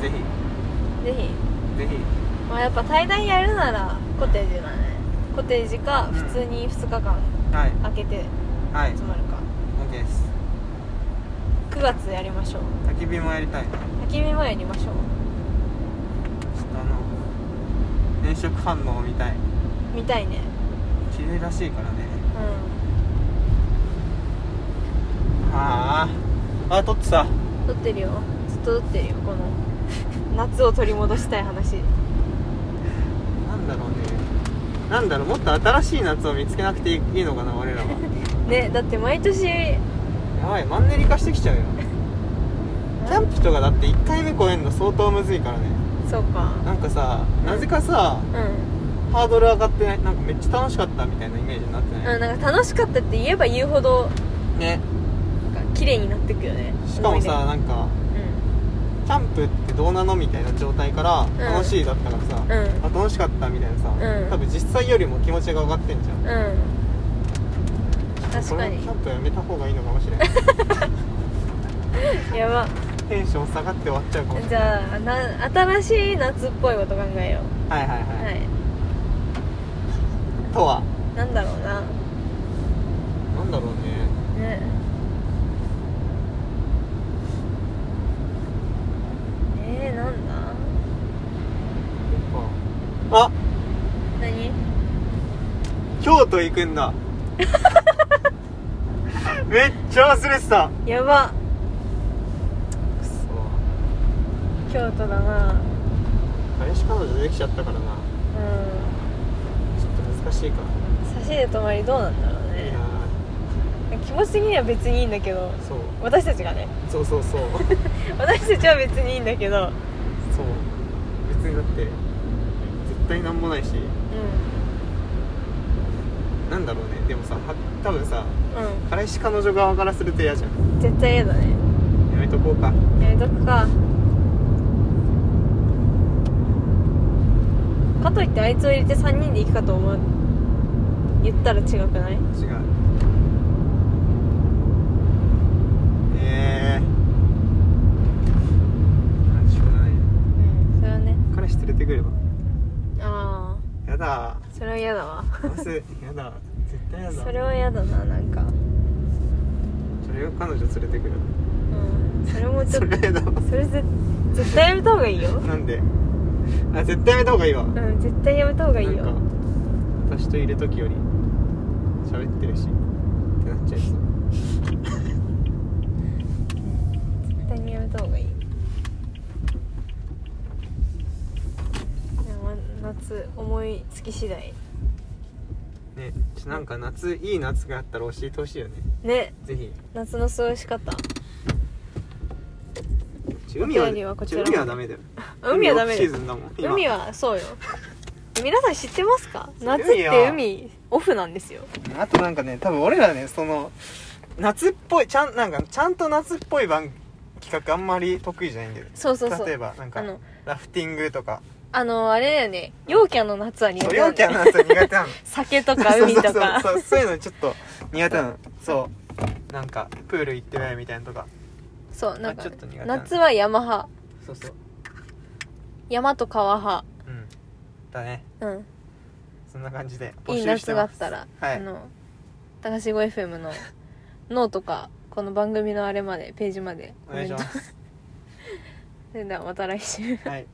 Speaker 2: ぜひ
Speaker 1: うんぜひ
Speaker 2: ぜひ
Speaker 1: まあやっぱ対談やるならコテージだねコテージか
Speaker 2: うん
Speaker 1: 普通に2日間
Speaker 2: はい
Speaker 1: 空けて
Speaker 2: はい
Speaker 1: 集まるか
Speaker 2: OK です
Speaker 1: 9月やりましょう
Speaker 2: 焚き火もやりたいなちょ
Speaker 1: 焚き火もやりましょう
Speaker 2: っとあの炎色反応を見たい
Speaker 1: 見たいね
Speaker 2: 綺麗らしいからね
Speaker 1: う
Speaker 2: あーあ撮ってた
Speaker 1: ん撮ってるよずっと撮ってるよこの夏を取り戻したい話
Speaker 2: なんだろうねなんだろうもっと新しい夏を見つけなくていいのかな俺 *laughs* らは
Speaker 1: ねだって毎年
Speaker 2: やばいマンネリ化してきちゃ *laughs* うよキャンプとかだって1回目越えんの相当むずいからね
Speaker 1: そうか
Speaker 2: なんかさなぜかさ
Speaker 1: うん、
Speaker 2: ハードル上がってないなんかめっちゃ楽しかったみたいなイメージになってな
Speaker 1: う
Speaker 2: い、
Speaker 1: ん、なんか楽しかったって言えば言うほど
Speaker 2: ね
Speaker 1: なんか綺麗になってくよね
Speaker 2: しかもさなんか
Speaker 1: 思い
Speaker 2: キャンプってどうなのみたいな状態から
Speaker 1: ん
Speaker 2: 楽しいだったからさ、
Speaker 1: 出うん
Speaker 2: あ楽しかったみたいなさ、
Speaker 1: うん
Speaker 2: 多分実際よりも気持ちが上がってんじゃん
Speaker 1: うん、うん、確か
Speaker 2: これも
Speaker 1: に
Speaker 2: キャンプやめた方がいいのかもし
Speaker 1: *laughs*
Speaker 2: れない
Speaker 1: やば
Speaker 2: テンション下がって終わっちゃうかもしれ
Speaker 1: じ
Speaker 2: ない
Speaker 1: ゃあな新しい夏っぽいこと考えよ
Speaker 2: はいはいうは
Speaker 1: は
Speaker 2: い、
Speaker 1: い
Speaker 2: とは
Speaker 1: なんだろうな
Speaker 2: なんだろうね
Speaker 1: ねえー、なんだ
Speaker 2: あ
Speaker 1: 何
Speaker 2: 京都行く
Speaker 1: *laughs*
Speaker 2: んだめっちゃ忘れてた
Speaker 1: やば
Speaker 2: くそ
Speaker 1: 京都だな
Speaker 2: 彼氏彼女できちゃったからな
Speaker 1: う
Speaker 2: ちょっと難しいか
Speaker 1: ん差しで泊まりどうなんだろう
Speaker 2: いい
Speaker 1: ね
Speaker 2: な
Speaker 1: 気持ち的には別にいいんだけど
Speaker 2: そう
Speaker 1: 私たちがね
Speaker 2: そうそ
Speaker 1: *laughs*
Speaker 2: うそう
Speaker 1: 私たちは別にいいんだけど
Speaker 2: そう別にだって絶対なんもないし
Speaker 1: う
Speaker 2: なんだろうねでもさは多分さ
Speaker 1: んう
Speaker 2: 彼氏彼女側からすると嫌じゃん
Speaker 1: ん絶対嫌だね
Speaker 2: やめとこうか
Speaker 1: やめとくかかといってあいつを入れて3人で行くかと思う言ったら違くない
Speaker 2: 違うええー、あしょうがない
Speaker 1: うんそれはね
Speaker 2: 彼氏連れてくれば
Speaker 1: あ
Speaker 2: やだ
Speaker 1: あそれは嫌だわ *laughs*
Speaker 2: まずやだ絶対やだ
Speaker 1: それは嫌だななんか
Speaker 2: それを彼女連れてくる
Speaker 1: うんそれもち
Speaker 2: そ
Speaker 1: ょっ
Speaker 2: れ
Speaker 1: と
Speaker 2: はやだ
Speaker 1: それぜ絶対やめた方がいいよ
Speaker 2: なんであ絶対やめた方がいいわ
Speaker 1: うん絶対やめた方がいいよ
Speaker 2: なんか私といる時より喋ってるしってなっちゃいそう
Speaker 1: 絶対にやめた方がいいでも夏思いつき次第
Speaker 2: ねちょなんか夏いい夏があったら教えてほしいよね
Speaker 1: ね
Speaker 2: ぜひ
Speaker 1: 夏の過ごし方
Speaker 2: ちょ海は
Speaker 1: お便りはこちら
Speaker 2: ちょ海はダメだよ
Speaker 1: 海はダメ
Speaker 2: オフ
Speaker 1: だ
Speaker 2: シー
Speaker 1: よ
Speaker 2: ズンだもん今
Speaker 1: 海はそうよ *laughs* 皆さん知ってますか夏っ
Speaker 2: 海
Speaker 1: て
Speaker 2: よ
Speaker 1: 海オフなんですよ
Speaker 2: あとなんかね多分俺らねその夏っぽいちゃんなんかちゃんと夏っぽい番企画あんまり得意じゃないんだよね
Speaker 1: そうそうそう
Speaker 2: 例えばなんか
Speaker 1: あの
Speaker 2: ラフティングとか
Speaker 1: あのあれだよね陽キャの夏は苦
Speaker 2: そう
Speaker 1: 手な
Speaker 2: 陽
Speaker 1: ん
Speaker 2: キ
Speaker 1: だ
Speaker 2: ャ
Speaker 1: よ
Speaker 2: の夏は苦手なの
Speaker 1: 酒 *laughs* とか海とか
Speaker 2: そうそうそうそうそういうのちょっと苦手なのそうなんかプール行ってないみたいなとか
Speaker 1: そうなんか
Speaker 2: あちょっと苦手なの
Speaker 1: 夏は山派
Speaker 2: そうそう
Speaker 1: 山と川派
Speaker 2: うんだね
Speaker 1: うん
Speaker 2: そんな感じで
Speaker 1: いい
Speaker 2: 募集し
Speaker 1: 夏
Speaker 2: て
Speaker 1: があ
Speaker 2: ま
Speaker 1: っ
Speaker 2: す
Speaker 1: たら、
Speaker 2: はい
Speaker 1: あの高志 5FM の脳とかこの番組のあれまでページまで *laughs*
Speaker 2: お願いします
Speaker 1: それではまた来週
Speaker 2: はい